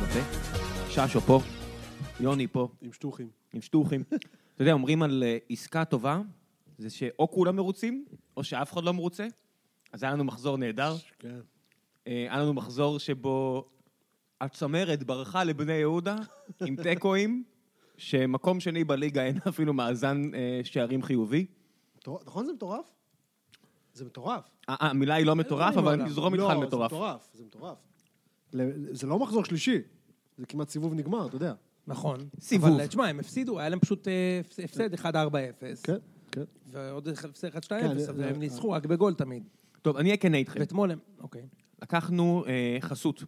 קפה. ששו פה, יוני פה, עם שטוחים. עם שטוחים. אתה יודע, אומרים על אה, עסקה טובה, זה שאו כולם מרוצים, או שאף אחד לא מרוצה. אז היה לנו מחזור נהדר. כן. אה, היה לנו מחזור שבו הצמרת ברחה לבני יהודה עם תיקואים, שמקום שני בליגה אין אפילו מאזן אה, שערים חיובי. מטור- נכון זה מטורף? זה מטורף. אה, אה, המילה היא לא מטורף, אין אבל בעולם. נזרום איתך על לא, מטורף. זה מטורף, זה מטורף. ל- זה לא מחזור שלישי, זה כמעט סיבוב נגמר, אתה יודע. נכון. סיבוב. אבל תשמע, הם הפסידו, היה להם פשוט אה, הפס- הפסד 1-4-0. כן, כן. ועוד הפסד 1-2-0, כן, אבל אה, זה- הם ניצחו רק בגול תמיד. טוב, אני אהיה כנה איתכם. ואתמול הם... אוקיי. לקחנו אה, חסות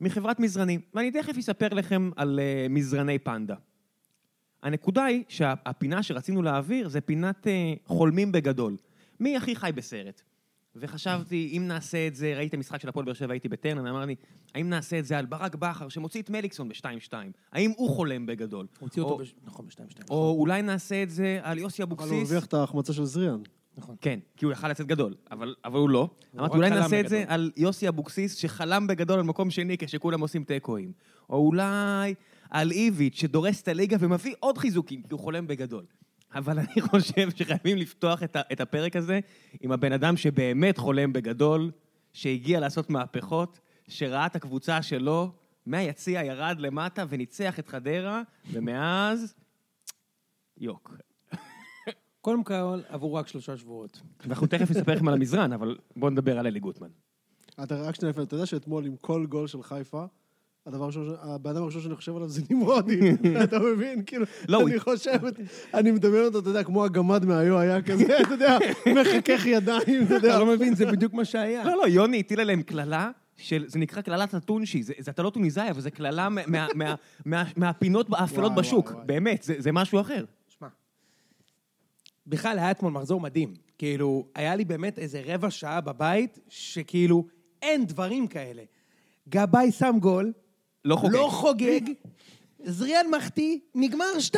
מחברת מזרנים, ואני תכף אספר לכם על אה, מזרני פנדה. הנקודה היא שהפינה שרצינו להעביר זה פינת אה, חולמים בגדול. מי הכי חי בסרט? וחשבתי, אם נעשה את זה, ראיתי משחק של הפועל באר שבע, הייתי בטרנר, אמר לי, האם נעשה את זה על ברק בכר שמוציא את מליקסון ב-2-2? האם הוא חולם בגדול? הוציאו או, אותו בש... נכון, ב-2-2. או אולי נעשה את זה על יוסי אבל הוא אבוקסיס? הרוויח את ההחמצה של זריאן. נכון. כן, כי הוא יכל לצאת גדול, אבל, אבל הוא לא. אמרתי, רק אולי חלם נעשה את זה בגדול. על יוסי אבוקסיס, שחלם בגדול על מקום שני כשכולם עושים תיקואים. או אולי על איביץ', שדורס את הליגה ומביא עוד חיזוקים, כי הוא חולם בגדול. אבל אני חושב שחייבים לפתוח את, ה- את הפרק הזה עם הבן אדם שבאמת חולם בגדול, שהגיע לעשות מהפכות, שראה את הקבוצה שלו, מהיציע ירד למטה וניצח את חדרה, ומאז... יוק. קודם כל, עברו רק שלושה שבועות. אנחנו תכף נספר לכם על המזרן, אבל בואו נדבר על אלי גוטמן. אתה רק שנייה לפני, אתה יודע שאתמול עם כל גול של חיפה, הדבר הראשון, ש- הבן אדם הראשון שאני חושב עליו זה נמרודי, אתה מבין? כאילו, לא, הוא- אני חושב, אני מדמיין אותו, אתה יודע, כמו הגמד מהיו היה כזה, אתה יודע, מחכך ידיים, אתה יודע. אתה לא מבין, זה בדיוק מה שהיה. לא, לא, יוני הטיל עליהם קללה של... זה נקרא קללת הטונשי. זה, זה, אתה לא טוניסאי, אבל זה קללה מה- מה- מה- מה- מהפינות האפלות וואי, בשוק. וואי, וואי. באמת, זה, זה משהו אחר. שמע, בכלל היה אתמול מחזור מדהים. כאילו, היה לי באמת איזה רבע שעה בבית, שכאילו, אין דברים כאלה. גבאי שם גול, לא חוגג. לא חוגג, זריאן מחטיא, נגמר 2-2,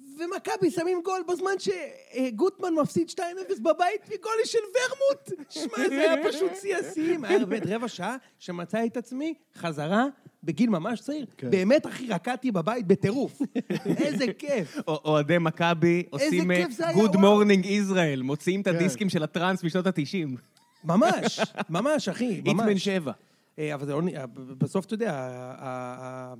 ומכבי שמים גול בזמן שגוטמן מפסיד 2-0 בבית מגול של ורמוט. שמע, זה היה פשוט שיא השיאים. היה באמת רבע שעה שמצא את עצמי חזרה בגיל ממש צעיר. כן. באמת, אחי, רקדתי בבית בטירוף. איזה כיף. א- אוהדי מכבי עושים אה, כיף זה היה, גוד וואו. מורנינג ישראל, מוציאים את כן. הדיסקים של הטראנס משנות ה-90. ממש, ממש, אחי, איץ בן ממש. שבע. אה, אבל זה לא... נ- אה, ב- בסוף, אתה יודע, ה- ה-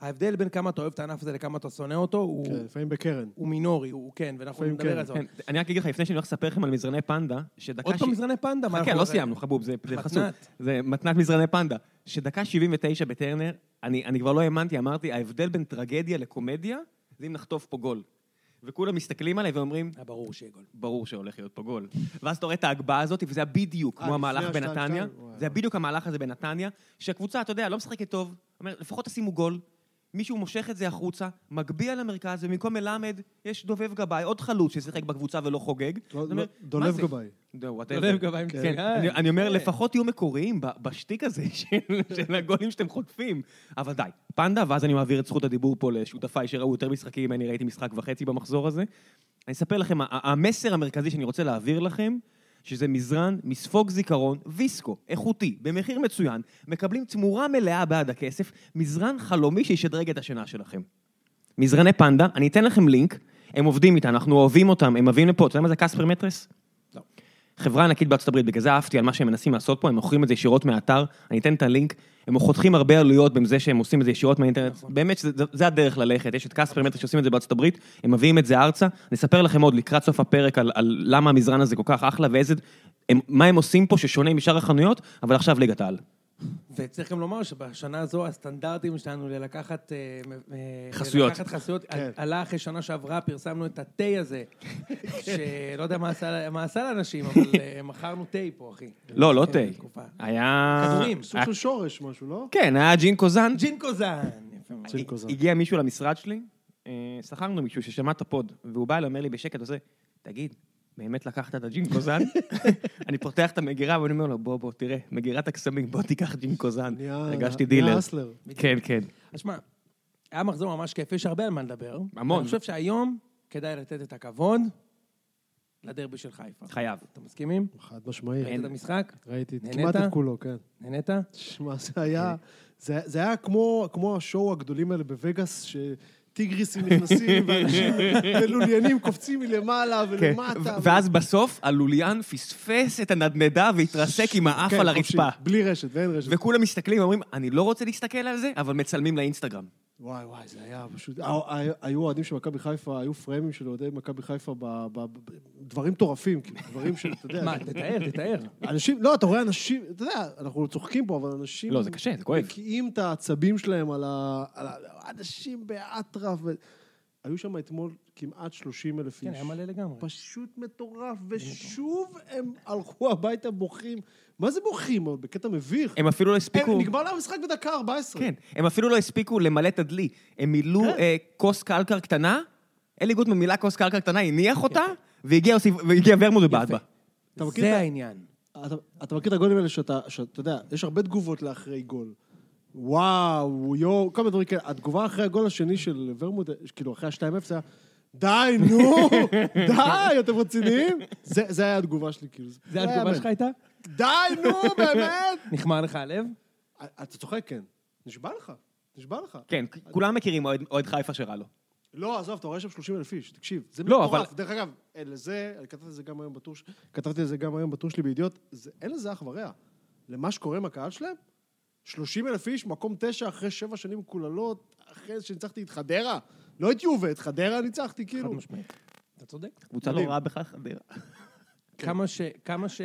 ההבדל בין כמה אתה אוהב את הענף הזה לכמה אתה שונא אותו, הוא... כן, לפעמים בקרן. הוא מינורי, הוא כן, ואנחנו לפעמים נדבר כן, על זה. עוד. כן, אני רק אגיד לך, לפני שאני הולך לספר לכם על מזרני פנדה, שדקה... עוד פעם ש- מזרני פנדה, מה חכה, אנחנו- לא סיימנו, חבוב, זה זה מתנת. חסות. זה מתנת מזרני פנדה. שדקה 79 בטרנר, אני אני כבר לא האמנתי, אמרתי, ההבדל בין טרגדיה לקומדיה, זה אם נחטוף פה גול. וכולם מסתכלים עליי ואומרים, היה ברור שיהיה גול. ברור שהולך להיות פה גול. ואז אתה רואה את ההגבהה הזאת, וזה היה בדיוק אה, כמו לפני המהלך השתיים, בנתניה. שתיים? וואי, זה היה בדיוק המהלך הזה בנתניה, שהקבוצה, אתה יודע, לא משחקת טוב, אומר, לפחות תשימו גול. מישהו מושך את זה החוצה, מגביה למרכז, ובמקום מלמד יש דובב גבאי, עוד חלוץ ששיחק בקבוצה ולא חוגג. לא, אתה אומר, לא, דולב מה זה? גבאי. לא, whatever. דולב גבאי כן. מצוין. אני- אני אומר, כן. לפחות תהיו מקוריים ב- בשטיק הזה של- של הגולים שאתם חוטפים. אבל די, פנדה, ואז אני מעביר את זכות הדיבור פה לשותפיי שראו יותר משחקים, אני ראיתי משחק וחצי במחזור הזה. אני אספר לכם, ה- ה- המסר המרכזי שאני רוצה להעביר לכם, שזה מזרן, מספוג זיכרון, ויסקו, איכותי, במחיר מצוין, מקבלים תמורה מלאה בעד הכסף, מזרן חלומי שישדרג את השינה שלכם. מזרני פנדה, אני אתן לכם לינק, הם עובדים איתנו, אנחנו אוהבים אותם, הם מביאים לפה, אתה יודע מה זה קספר מטרס? לא. חברה ענקית בארצות הברית, בגלל זה אהבתי על מה שהם מנסים לעשות פה, הם מוכרים את זה ישירות מהאתר, אני אתן את הלינק, הם חותכים הרבה עלויות בזה שהם עושים את זה ישירות מהאינטרנט, באמת שזה- זה הדרך ללכת, יש את קספר מטרס שעושים את זה בארצות הברית, הם מביאים את זה ארצה, נספר לכם עוד לקראת סוף הפרק על, על למה המזרן הזה כל כך אחלה ואיזה, הם, מה הם עושים פה ששונה משאר החנויות, אבל עכשיו ליגת העל. וצריך גם לומר שבשנה הזו הסטנדרטים שלנו ללקחת... אה, מ- אה, חסויות. ללקחת חסויות כן. עלה אחרי שנה שעברה, פרסמנו את התה הזה, שלא יודע מה עשה- מה עשה לאנשים, אבל אה, מכרנו תה פה, אחי. לא, לא כן, תה. תקופה. היה... כדורים, סוג של שורש משהו, לא? כן, היה ג'ין קוזן. ג'ין קוזן. יפה מאוד. ג'ין קוזן. הגיע מישהו למשרד שלי, אה, שכרנו מישהו ששמע את הפוד, והוא בא אליי, אומר לי בשקט, עושה, תגיד, באמת לקחת את הג'ין קוזן? אני פותח את המגירה ואני אומר לו, בוא, בוא, תראה, מגירת הקסמים, בוא תיקח ג'ין קוזן. נהיה- הרגשתי נהיה דילר. אסלר. כן, כן. אז אה, שמע, היה מחזור ממש כיף, יש הרבה על מה לדבר. המון. אני חושב שהיום כדאי לתת את הכבוד לדרבי של חיפה. חייב. אתם מסכימים? חד משמעית. ראית את המשחק? ראיתי נהנית? כמעט את כולו, כן. נהנית? שמע, זה היה... אוקיי. זה זה היה כמו כמו השואו הגדולים האלה בווגאס, שטיגריסים נכנסים, ואנשים ולוליינים קופצים מלמעלה ולמטה. ו- כן, ואז בסוף הלוליין פספס את הנדנדה והתרסק עם האף כן, על חופשי, הרצפה. בלי רשת, ואין רשת. וכולם מסתכלים, אומרים, אני לא רוצה להסתכל על זה, אבל מצלמים לאינסטגרם. וואי וואי, זה היה פשוט... ה- ה- היו אוהדים של מכבי חיפה, היו פריימים של אוהדי מכבי חיפה ב- ב- ב- דברים מטורפים, כאילו, דברים של, אתה יודע... מה, תתאר, תתאר. אנשים, לא, אתה רואה אנשים, אתה יודע, אנחנו צוחקים פה, אבל אנשים... לא, זה קשה, זה כואב. מקיאים את העצבים שלהם על ה... על ה- אנשים באטרף. ו... היו שם אתמול כמעט 30 אלף איש. כן, היה מלא לגמרי. פשוט מטורף, ושוב הם הלכו הביתה בוכים. מה זה בוכים? אבל בקטע מביך. הם אפילו לא הם- הספיקו... נגמר להם המשחק בדקה 14. כן, הם אפילו לא הספיקו למלא את הדלי. הם מילאו אה, כוס קלקר קטנה, אלי גוטמן מילא כוס קלקר קטנה, הניח אותה, והגיע יוסיף- והגיע ורמוט ובעט בה. אתה מכיר את זה ה- העניין. אתה, אתה מכיר את הגולים האלה שאתה, שאתה יודע, יש הרבה תגובות לאחרי גול. וואו, יואו, כל מיני דברים כאלה. התגובה אחרי הגול השני של ורמוט, כאילו אחרי ה-2-0 היה, די, נו, די, אתם רציניים? זה, זה היה התגובה שלי, כאילו. זה היה התגובה הבן. שלך הייתה? די, נו, באמת. נחמר לך הלב? אתה צוחק, כן. נשבע לך, נשבע לך. כן, כולם מכירים אוהד- אוהד חיפה שרע לו. לא, עזוב, אתה רואה שם 30 אלף איש, תקשיב, זה לא, מטורף. אבל- דרך אגב, אין לזה, אני כתבתי את זה גם היום בטור, ש- כתבתי את זה גם היום בטור שלי בידיעות, זה- אין לזה אח ורע. למה שקורה עם הקהל שלהם, 30 אלף איש, מקום תשע, אחרי שבע שנים קוללות, אחרי שניצחתי את חדרה, לא את יובה, את חדרה ניצחתי, חד כאילו. משמעית. אתה צודק. קבוצה לא מדהים. רעה בכלל חדרה. כן. כמה ש... כמה ש...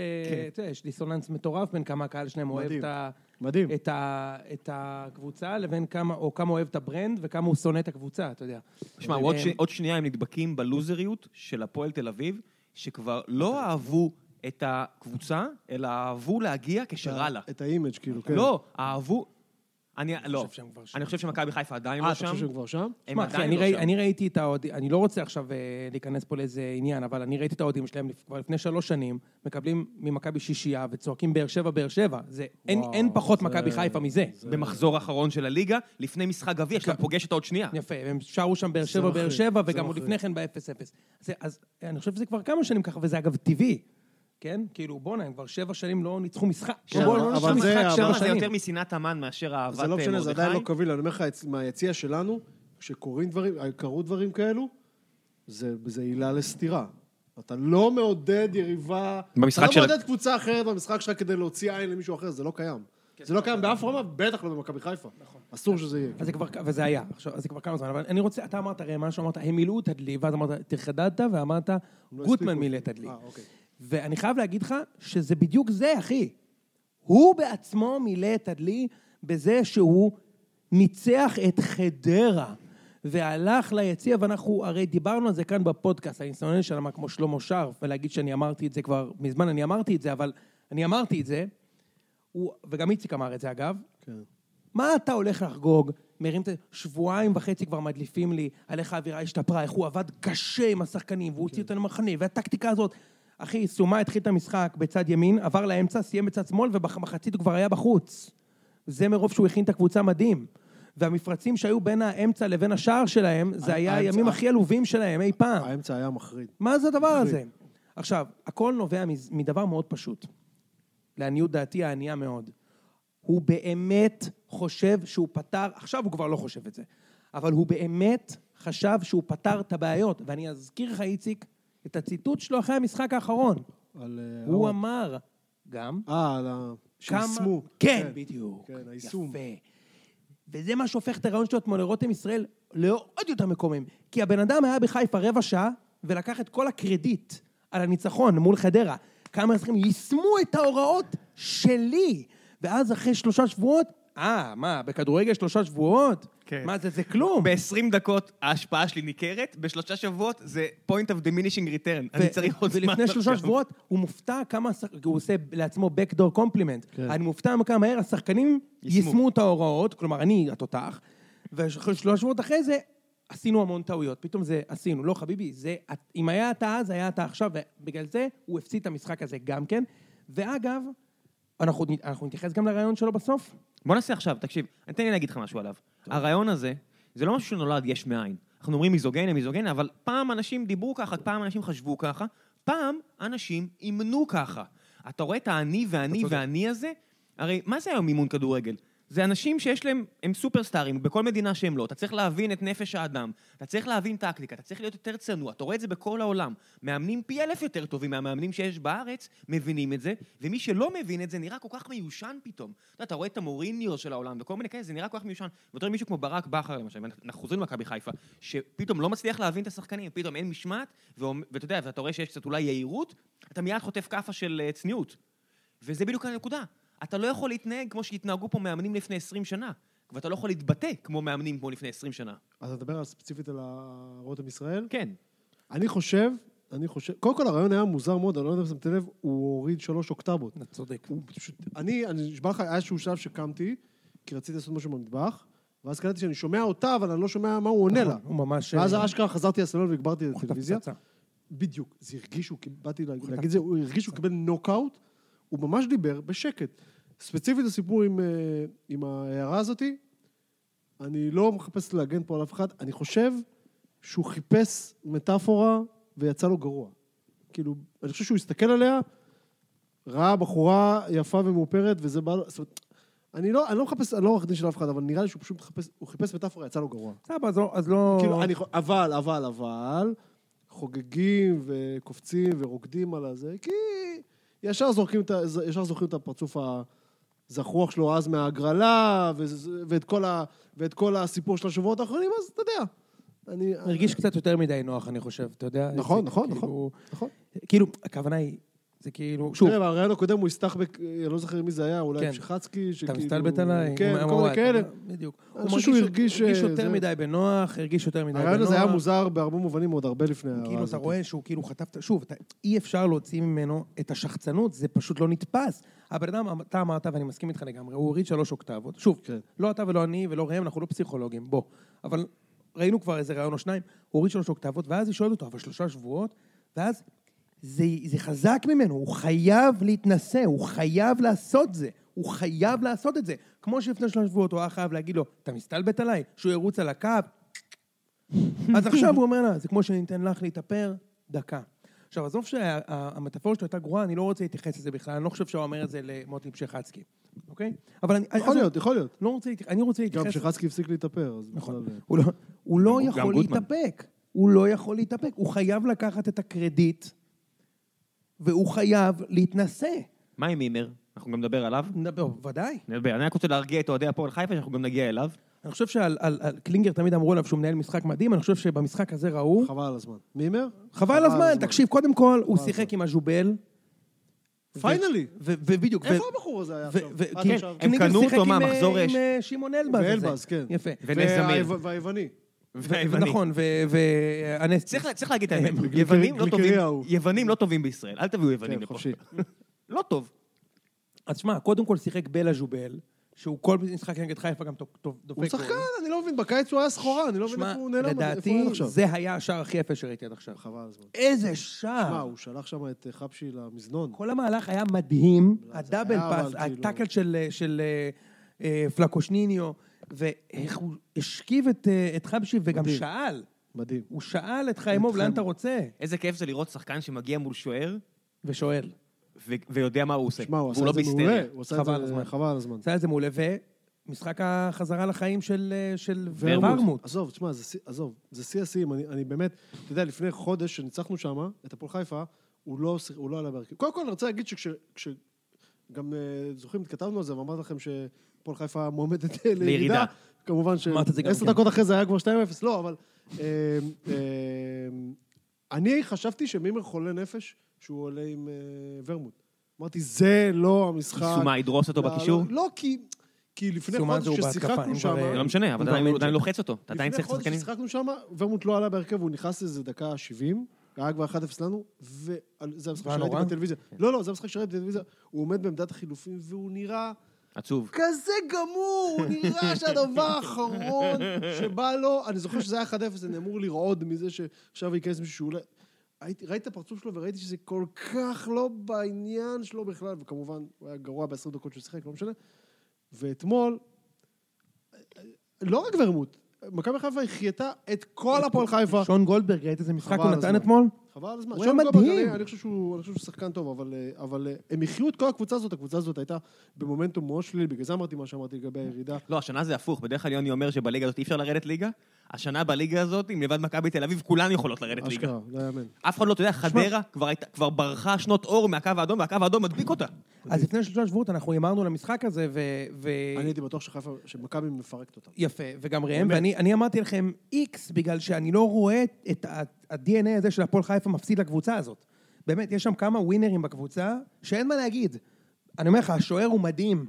אתה יודע, יש דיסוננס מטורף בין כמה הקהל שלהם אוהב מדהים. את ה... מדהים. את, ה, את הקבוצה לבין כמה, או כמה אוהב את הברנד וכמה הוא שונא את הקבוצה, אתה יודע. שמע, אבל, עוד אה, ש- עוד שנייה הם נדבקים בלוזריות של הפועל תל אביב, שכבר לא אהבו את הקבוצה, אלא אהבו להגיע כשרע לה. את האימג' כאילו, אה, כן. לא, אהבו... אני לא, שהם כבר שם. אני חושב שמכבי חיפה עדיין אה, לא אתה שם. חושב שהם כבר שם? הם שמע, אחי, עדיין אני, לא ראי, שם. אני ראיתי את האוהדים, אני לא רוצה עכשיו אה, להיכנס פה לאיזה עניין, אבל אני ראיתי את האוהדים שלהם לפ- כבר לפני שלוש שנים, מקבלים ממכבי שישייה וצועקים באר שבע, באר שבע. זה, אין, וואו, אין פחות זה- מכבי חיפה מזה. במחזור האחרון של הליגה, לפני משחק גביע, שאתה כן. פוגש אותה עוד שנייה. יפה, הם שרו שם באר זה שבע, באר מחריד, שבע, זה לא וגם עוד מחריד. לפני כן ב-0-0. אז, אז אה, אני חושב שזה כבר כמה שנים ככה, וזה אגב טבעי, כן? כאילו, בואנה, הם כבר שבע שנים לא ניצחו משחק. כן, בואו, לא אבל ניצחו זה- משחק אבל שבע שם זה לא שנים. יותר משנאת המן מאשר אהבת זה לא משנה, זה עדיין לא אה, מרדכי. קביל, אני אומר לך, אצ- מהיציע שלנו, כשקורים דברים, קרו דברים כאלו, זה זה עילה לסתירה. אתה לא מעודד יריבה... במשחק אתה של- לא מעודד קבוצה אחרת במשחק שלך כדי להוציא עין למישהו אחר, זה לא קיים. כן, זה לא קיים באף רמה, בטח לא במכבי חיפה. נכון. אסור שזה יהיה. אז זה כבר, וזה היה, עכשיו, אז זה כבר כמה זמן, אבל אני רוצה, אתה אמרת הרי משהו, אמרת, הם מילאו את הדלי, ואז אמרת, תחדדת, ואמרת, לא גוטמן הספיקו. מילא את הדלי. אה, אוקיי. ואני חייב להגיד לך שזה בדיוק זה, אחי. הוא בעצמו מילא את הדלי בזה שהוא ניצח את חדרה, והלך ליציע, ואנחנו הרי דיברנו על זה כאן בפודקאסט, אני שונא לשלמה כמו שלמה שרף, ולהגיד שאני אמרתי את זה כבר, מזמן אני אמרתי את זה, אבל אני אמרתי את זה, הוא, וגם איציק אמר את זה אגב, כן. מה אתה הולך לחגוג? מרים את ה... שבועיים וחצי כבר מדליפים לי על איך האווירה השתפרה, איך הוא עבד קשה עם השחקנים, והוא הוציא אותנו מהמחנה, והטקטיקה הזאת. אחי, סומה התחיל את המשחק בצד ימין, עבר לאמצע, סיים בצד שמאל, ובמחצית הוא כבר היה בחוץ. זה מרוב שהוא הכין את הקבוצה מדהים. והמפרצים שהיו בין האמצע לבין השער שלהם, זה היה האמצע- הימים הכי עלובים שלהם אי פעם. אה, האמצע היה מחריד. מה זה הדבר הזה? עכשיו, הכל נובע מז- מדבר מאוד פשוט. לעניות דעתי הענייה מאוד. הוא באמת חושב שהוא פתר, עכשיו הוא כבר לא חושב את זה, אבל הוא באמת חשב שהוא פתר את הבעיות. ואני אזכיר לך, איציק, את הציטוט שלו אחרי המשחק האחרון. על... אה, הוא אה, אמר גם... אה, על ה... שיישמו. כן, בדיוק. כן, היישום. יפה. וזה מה שהופך את הרעיון שלו אתמול לרותם ישראל לעוד יותר מקומם. כי הבן אדם היה בחיפה רבע שעה, ולקח את כל הקרדיט על הניצחון מול חדרה. כמה אזרחים יישמו את ההוראות שלי. ואז אחרי שלושה שבועות, אה, מה, בכדורגל שלושה שבועות? כן. מה זה, זה כלום. ב-20 דקות ההשפעה שלי ניכרת, בשלושה שבועות זה point of diminishing return. אני צריך עוד זמן. ולפני שלושה עכשיו. שבועות הוא מופתע כמה, השח- הוא עושה לעצמו backdoor compliment. כן. אני מופתע כמה מהר השחקנים יישמו. יישמו את ההוראות, כלומר אני התותח, ושלושה שבועות אחרי זה עשינו המון טעויות. פתאום זה עשינו, לא חביבי, זה, את- אם היה אתה אז, היה אתה עכשיו, ובגלל זה הוא הפסיד את המשחק הזה גם כן. ואגב, אנחנו, נ- אנחנו נתייחס גם לרעיון שלו בסוף. בוא נעשה עכשיו, תקשיב, תן לי להגיד לך משהו עליו. הרעיון הזה, זה לא משהו שנולד יש מאין. אנחנו אומרים מיזוגניה, מיזוגניה, אבל פעם אנשים דיברו ככה, פעם אנשים חשבו ככה, פעם אנשים אימנו ככה. אתה רואה את האני ואני ואני הזה? הרי מה זה היום אימון כדורגל? זה אנשים שיש להם, הם סופרסטארים בכל מדינה שהם לא. אתה צריך להבין את נפש האדם, אתה צריך להבין טקטיקה, אתה צריך להיות יותר צנוע, אתה רואה את זה בכל העולם. מאמנים פי אלף יותר טובים מהמאמנים שיש בארץ, מבינים את זה, ומי שלא מבין את זה נראה כל כך מיושן פתאום. אתה יודע, אתה רואה את המוריניו של העולם וכל מיני כאלה, זה נראה כל כך מיושן. ואתה רואה מישהו כמו ברק בכר למשל, אנחנו חוזרים למכבי חיפה, שפתאום לא מצליח להבין את השחקנים, פתאום אין משמעת, ואומ- ואתה יודע, ואתה רואה שיש קצת אולי יהירות, אתה מיד חוטף כאפה של אה, צניעות. וזה בדיוק הנקודה. אתה לא יכול להתנהג כמו שהתנהגו פה מאמנים לפני 20 שנה, ואתה לא יכול להתבטא כמו מאמנים כמו לפני 20 שנה. אז אתה מדבר על- ספציפית על ה- רותם ישראל? כן. אני חושב, אני חושב, קודם כל הרעיון היה מוזר מאוד, אני לא יודע אם שמת לב, הוא הוריד שלוש אוקטבות. אתה צודק. הוא פשוט, אני, אני נשבע לך, היה איזשהו שלב שקמתי, כי רציתי לעשות משהו במטבח, ואז קלטתי שאני שומע אותה, אבל אני לא שומע מה הוא עונה לה. נכון, הוא ממש... ואז אה, אשכרה חזרתי לסלון והגברתי את הוא חטף הטלוויזיה. פצצה. בדיוק, זה הרגיש, שהוא קיב- באתי לה- להגיד את זה, הוא הרגיש שהוא קיבל נוקאוט, הוא ממש דיבר בשקט. ספציפית הסיפור עם, אה, עם ההערה הזאתי, אני לא מחפש להגן פה על אף אחד, אני חושב שהוא חיפש מטאפורה ויצא לו גרוע. כאילו, אני חושב שהוא הסתכל עליה, ראה בחורה יפה ומאופרת, וזה בא לו... זאת אומרת, אני לא, אני לא מחפש, אני לא עורך דין של אף אחד, אבל נראה לי שהוא פשוט מחפש, הוא חיפש מטאפורה, יצא לו גרוע. סבבה, אז לא- אז לא... כאילו, אני, חו- אבל, אבל, אבל, חוגגים וקופצים ורוקדים על הזה, כי ישר זורקים את, ה- ז- ישר זוכרים את הפרצוף הזחוח שלו אז מההגרלה, וזה- ואת כל, ה, ואת כל הסיפור של השבועות האחרונים, אז אתה יודע. אני... הרגיש קצת יותר מדי נוח, אני חושב, אתה יודע? נכון, זה נכון, נכון, כאילו- נכון. כאילו, הכוונה היא, זה כאילו, שוב, תראה, בראיון הקודם הוא הסתחבק, אני לא זוכר מי זה היה, כן. אולי פשיחצקי, אתה שכאילו... מסתלבט עליי. כן, הוא כל אמר, מיני כאלה. אתה- בדיוק. הוא חושב שהוא הרגיש, הרגיש אה, יותר זה- מדי בנוח, הרגיש יותר מדי בנוח. הרעיון הזה היה מוזר בהרבה מובנים עוד הרבה לפני ההערה כאילו, הזאת. אתה רואה שהוא כאילו חטף... את ה- שוב, אתה- אי אפשר להוציא ממנו את השחצנות, זה פשוט לא נתפס. הבן אדם, אתה אמרת, ואני מסכים איתך לגמרי, הוא הוריד שלוש אוקטבות. שוב, כן. לא אתה ולא אני ולא ראם, אנחנו לא פסיכולוגים, בוא. אבל ראינו כבר איזה רעיון או שניים, הוא הוריד שלוש אוקטבות, ואז היא שואלת אותו, אבל שלושה שבועות? ואז זה, זה חזק ממנו, הוא חייב להתנשא, הוא חייב לעשות זה. הוא חייב לעשות את זה. כמו שלפני שלושה שבועות הוא היה חייב להגיד לו, אתה מסתלבט עליי? שהוא ירוץ על הקו, אז עכשיו הוא אומר לה, זה כמו שניתן לך להתאפר, דקה. עכשיו, עזוב שהמטאפורה שלו הייתה גרועה, אני לא רוצה להתייחס לזה בכלל, אני לא חושב שהוא אומר את זה למוטי פשחצקי, אוקיי? אבל אני... יכול עזוב, להיות, יכול להיות. לא רוצה להתייחס, אני רוצה גם להתייחס... פשיחצקי הפסיק להתאפר, אז נכון. בכלל- הוא לא, הוא לא גם יכול גוטמן. להתאפק. הוא לא יכול להתאפק. הוא חייב לקחת את הקרדיט, והוא חייב להתנשא. מה עם מימר? אנחנו גם נדבר עליו. נדבר, בוודאי. נדבר. אני רק רוצה להרגיע את אוהדי הפועל חיפה, שאנחנו גם נגיע אליו. אני חושב שעל על- על קלינגר תמיד אמרו עליו שהוא מנהל משחק מדהים, אני חושב שבמשחק הזה ראו... חבל על הזמן. מימר? חבל על הזמן, תקשיב, קודם כל, הוא שיחק עם הז'ובל. פיינלי. ו- ובדיוק. ו- איפה אה, הבחור הזה היה ו- עכשיו? ו- עד כן, עכשיו? הם קלינגר קנו שיחק אותו, מה, עם, אה, מחזור עם ש- אה, שמעון אלבאז. הזה. ואלבאז, כן. יפה. ונס זמיר. והיו- והיווני. כן, והיווני. נכון, ו- והנס... צריך לה- צריך להגיד את האמת, גליקרי- יוונים לא טובים- גליקריה הוא. יוונים לא טובים בישראל, אל תביאו יוונים כן, לפה. חופשי. לא טוב. אז שמע, קודם כל שיחק בלה ז'ובל, שהוא כל משחק נגד חיפה גם טוב- טוב- דופק. הוא שחקן, אני לא מבין, בקיץ הוא היה סחורה, אני לא מבין שמע, איפה הוא נעלם, איפה הוא לדעתי, היה עכשיו? זה היה השער הכי יפה שראיתי עד עכשיו. כן, חבל על הזמן. איזה מה, שער! הוא שלח שם את אה, חבשי למזנון. כל המהלך היה מדהים, לא, זה הדאבל היה, אבל פאס, כאילו- הטאקל של, של אה, אה, פלקושניניו, ואיך הוא השכיב את, אה, את חבשי וגם מדהים. שאל. מדהים. הוא שאל את חיימוב, לאן אתה רוצה? איזה כיף זה לראות שחקן שמגיע מול שוער, ושואל. ו- ויודע מה הוא עושה. שמע, הוא עשה והוא את זה לא בהיסטריה. מעולה. הוא עשה את חבל על זה הזמן. חבל על הזמן. זה היה זה מעולה, ומשחק החזרה לחיים של, אה, של ורמוט. ורמוט. עזוב, תשמע, זה שיא- עזוב, זה שיא השיאים, אני, אני באמת, אתה יודע, לפני חודש שניצחנו שם, את הפועל חיפה, הוא לא, שיח- הוא לא עלה בהרכב. קודם כל, אני רוצה להגיד שכש... כש, גם אה, זוכרים, התכתבנו על זה, ואמרתי לכם שהפועל חיפה מועמדת אה, לירידה. לירידה. כמובן ש... אמרת את זה גם עשר כן. דקות אחרי זה היה כבר 2-0, לא, אבל... אה, אה, אני חשבתי שמימר חולה נפש שהוא עולה עם אה, ורמוט. אמרתי, זה לא המשחק. יישומה ידרוס אותו לא, בקישור? לא, כי... כי לפני יישומה זה חודש הוא בהתקפה, ששיחקנו אם שם... כבר, זה אה, לא משנה, אבל הוא עדיין הוא בלוג'יק. עדיין לוחץ אותו. אתה עדיין צריך לפני שחקנים. חודש ששיחקנו שם, ורמוט לא עלה בהרכב, הוא נכנס לזה דקה 70, היה כבר 1-0 לנו, וזה המשחק וואלה, שראיתי וואלה. בטלוויזיה. לא, לא, זה המשחק שראיתי בטלוויזיה. הוא עומד בעמדת החילופים והוא נראה עצוב. כזה גמור, הוא נראה שהדבר האחרון שבא לו, אני זוכר שזה היה 1-0, אני אמור לרעוד מזה שעכשיו ייכנס מישהו שאולי... הייתי, ראיתי את הפרצוף שלו וראיתי שזה כל כך לא בעניין שלו בכלל, וכמובן, הוא היה גרוע ב-20 דקות שהוא שיחק, לא משנה. ואתמול, לא רק ורמוט, מכבי חיפה החייתה את כל הפועל חיפה. שון גולדברג, ראית איזה משחק חבל הוא על נתן הזמן. אתמול? חבל על הזמן. הוא היה שון גולדברג, מדהים. אני- אני חושב שהוא אני חושב שהוא שחקן טוב, אבל, אה, אבל אה, הם יחיו את כל הקבוצה הזאת, הקבוצה הזאת הייתה במומנטום מאוד שלילי, בגלל זה אמרתי מה שאמרתי לגבי הירידה. לא, השנה זה הפוך. בדרך כלל יוני אומר שבליגה הזאת אי אפשר לרדת ליגה. השנה בליגה הזאת, אם לבד מכבי תל אביב, כולן יכולות לרדת ליגה. אשכרה, לא יאמן. אף אחד לא, אתה יודע, חדרה כבר הייתה- כבר ברחה שנות אור מהקו האדום, והקו האדום מדביק אותה. אז לפני שלושה שבועות אנחנו הימרנו למשחק הזה, ו... ו... אני הייתי בטוח שחיפה, שמכבי מפרקת אותם. יפה, וגם ראם, ואני אני אמרתי לכם איקס, בגלל שאני לא רואה את ה- ה-DNA הזה של הפועל חיפה מפסיד לקבוצה הזאת. באמת, יש שם כמה ווינרים בקבוצה, שאין מה להגיד. אני אומר לך, השוער הוא מדהים,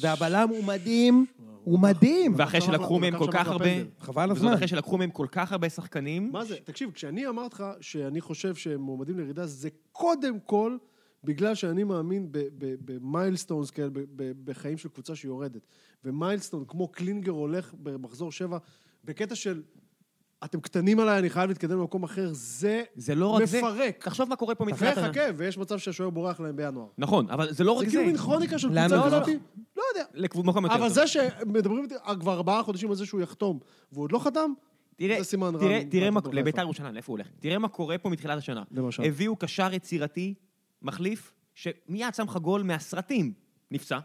והבלם הוא מדהים, הוא מדהים. ואחרי עכשיו שלקחו אנחנו- מהם עכשיו כל כך אנחנו הרבה... בפנדל. חבל על וזאת הזמן. אחרי שלקחו מהם כל כך הרבה שחקנים. מה זה? תקשיב, כשאני אמרתי לך שאני חושב שהם מועמדים לירידה, זה קודם כל בגלל שאני מאמין ב- ב- במיילסטונס כאלה, ב- ב- בחיים של קבוצה שיורדת. ומיילסטון, כמו קלינגר הולך במחזור שבע, בקטע של אתם קטנים עליי, אני חייב להתקדם למקום אחר, זה זה לא רק זה. מפרק. תחשוב מה קורה פה מתחילת... ה- וחכה, ויש מצב שהשוער בורח להם בינואר. נכון, אבל זה לא רק זה. זה כאילו מין כרוניקה של לאן קבוצה הוא כזאת, בורח? לא יודע. למקום יותר אבל טוב. זה שמדברים איתי אה, כבר ארבעה חודשים על זה שהוא יחתום, והוא עוד לא חתם, תראה, זה סימן רע. תראה, תראה מה... להפועל חיפה. לביתר ירושלים, לאיפה הוא הולך? תראה מה קורה פה מתחילת השנה. למשל. הביאו קשר יצירתי, מחליף, שמיד שם לך גול מהסרטים, נפצע.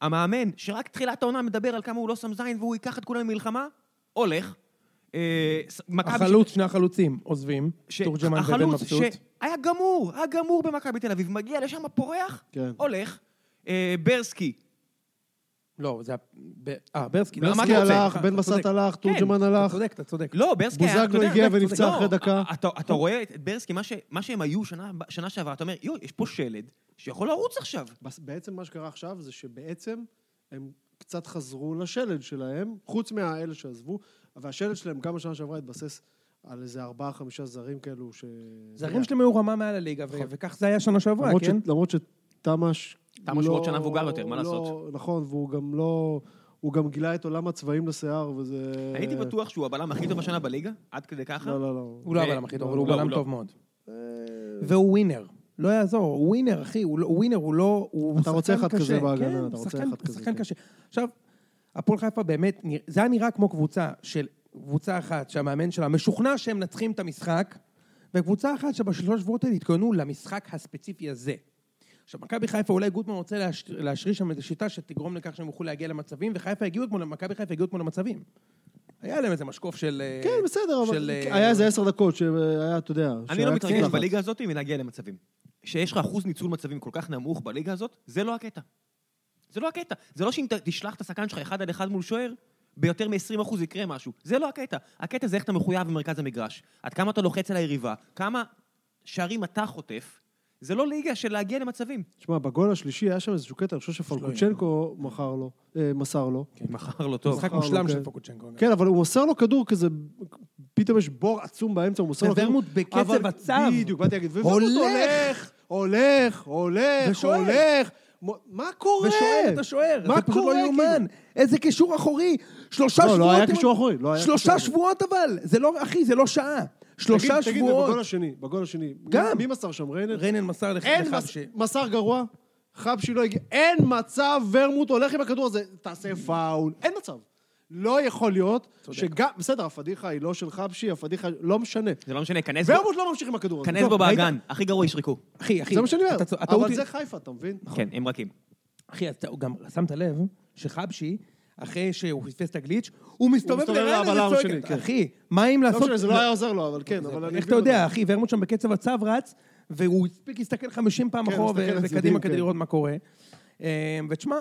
המאמן, שרק תחילת העונה מדבר על כמה הוא לא שם זין והוא ייקח את כולם למלחמה, הולך. אה, ס- מכבי ש- החלוץ, שני החלוצים עוזבים, ש- תורג'מן ובן החלוץ מבסוט. שהיה גמור, היה גמור במכבי תל אביב, מגיע לשם, פורח, כן. הולך. אה, ברסקי, לא, זה... ה- ב- אה, ברסקי. ברסקי מה אתה רוצה? הלך, אתה בן צודק. מסת הלך, כן, תורג'מן אתה הלך. צודק, אתה צודק. לא, ברסקי היה... בוזגלו אתה יודע, הגיע אתה צודק. ונפצע לא, אחרי דקה. אתה, אתה רואה את ברסקי, מה, ש, מה שהם היו שנה, שנה שעברה, אתה אומר, יואי, יש פה שלד שיכול לרוץ עכשיו. בס- בעצם מה שקרה עכשיו זה שבעצם הם קצת חזרו לשלד שלהם, חוץ מהאלה שעזבו, והשלד שלהם גם בשנה שעברה התבסס על איזה ארבעה, חמישה זרים כאלו ש... זרים שלהם היו רמה מעל הליגה, ו- וכך זה היה שנה שעברה, למרות כן? ש- למרות שתמ"ש... תמ"ש לא- הוא עוד שנה מבוגר יותר, מה לא- לעשות? נכון, והוא גם לא... הוא גם גילה את עולם הצבעים לשיער, וזה... הייתי בטוח שהוא הבלם הכי טוב השנה בליגה, עד כדי ככה. אה. לא, לא, לא. הוא לא הבלם הכי טוב, אבל הוא לא, בלם הוא לא. טוב מאוד. והוא ווינר. לא יעזור, הוא ווינר, אחי, הוא לא- הוא ווינר, הוא לא... הוא אתה רוצה שחקן אחד כזה קשה. בהגנה, כן, אתה הוא רוצה שחקן- אחד כזה, שחקן כן. קשה. עכשיו, הפועל חיפה באמת, נרא- זה היה נראה כמו קבוצה של... קבוצה אחת שהמאמן שלה משוכנע שהם מנצחים את המשחק, וקבוצה אחת שבשלוש שבועות האלה התכוננו למשחק הספציפי הזה. עכשיו, מכבי חיפה, אולי גוטמן רוצה להש- להשריש שם איזו שיטה שתגרום לכך שהם יוכלו להגיע למצבים, וחיפה הגיעו אתמול, מכבי חיפה הגיעו אתמול למצבים. היה להם איזה משקוף של... אה, כן, בסדר, אבל של, אה, היה איזה עשר דקות שהיה, אתה יודע... אני שהיה לא מתרגש קצת לחץ. בליגה הזאת מלהגיע למצבים. שיש לך אחוז ניצול מצבים כל כך נמוך בליגה הזאת, זה לא הקטע. זה לא הקטע. זה לא שאם ת- תשלח את השחקן שלך אחד על אחד מול שוער, ביותר מ-20% יקרה משהו. זה לא הקטע. הקטע זה איך אתה מחויב במרכז המגרש. עד כמה אתה לוחץ על היריבה, כמה שערים אתה חוטף. זה לא ליגה של להגיע למצבים. תשמע, בגול השלישי היה שם איזשהו קטע, אני חושב שפלקוצ'נקו מכר לו, אה, מסר לו. מחר לא טוב. משחק אוקיי. לא מושלם של פוקוצ'נקו. אגב. כן, אבל הוא מוסר לו כדור כזה, פתאום יש בור עצום באמצע, הוא מוסר לו כדור. וורמוט בקצב אבל- הצב. בדיוק, באתי להגיד, וורמוט הולך. הולך, הולך, הולך, ושוער. הולך. מ- מה קורה? ושוער את השוער, מה זה פשוט לא קורה, כאילו? יאומן. איזה קישור אחורי. שלושה לא, לא שבועות... היה הם- קישור אחורי, לא היה קישור שלושה אחורי. שבועות אבל. זה לא, אחי, זה לא שעה. תגיד, שלושה תגיד, ובגול שבועות. השני, בגול השני. גם. מי מסר שם, ריינר? ריינן מסר לך אין מס- לחבשי. מסר גרוע, חבשי לא הגיע. אין מצב, ורמוט הולך עם הכדור הזה, תעשה פאול. אין מצב. לא יכול להיות שגם... בסדר, הפדיחה היא לא של חבשי, הפדיחה... לא משנה. זה לא משנה, כנס בו- ורמוט לא ממשיך עם הכדור הזה. כנס טוב, בו ראית? באגן. הכי גרוע ישרקו. אחי, אחי. זה מה שאני אומר. אתה צו- הטעות אבל היא- זה חיפה, אתה מבין? כן, הם רכים. אוקיי. אחי, אתה גם שמת לב שחבשי, אחרי שהוא פספס את הגליץ', הוא מסתובב מסתובב לריינן לבלם וצועק, השני, כן. אחי, מה אם לא לעשות... משנה, זה לא היה עוזר לו, אבל כן, אבל אני... איך אתה מבין יודע, אותו. אחי, ורמוט שם בקצב הצב רץ, והוא הספיק להסתכל 50 פעם כן, אחורה הוא הסתכל ו- לצדדים, וקדימה כן. כדי לראות מה קורה. אה, ותשמע,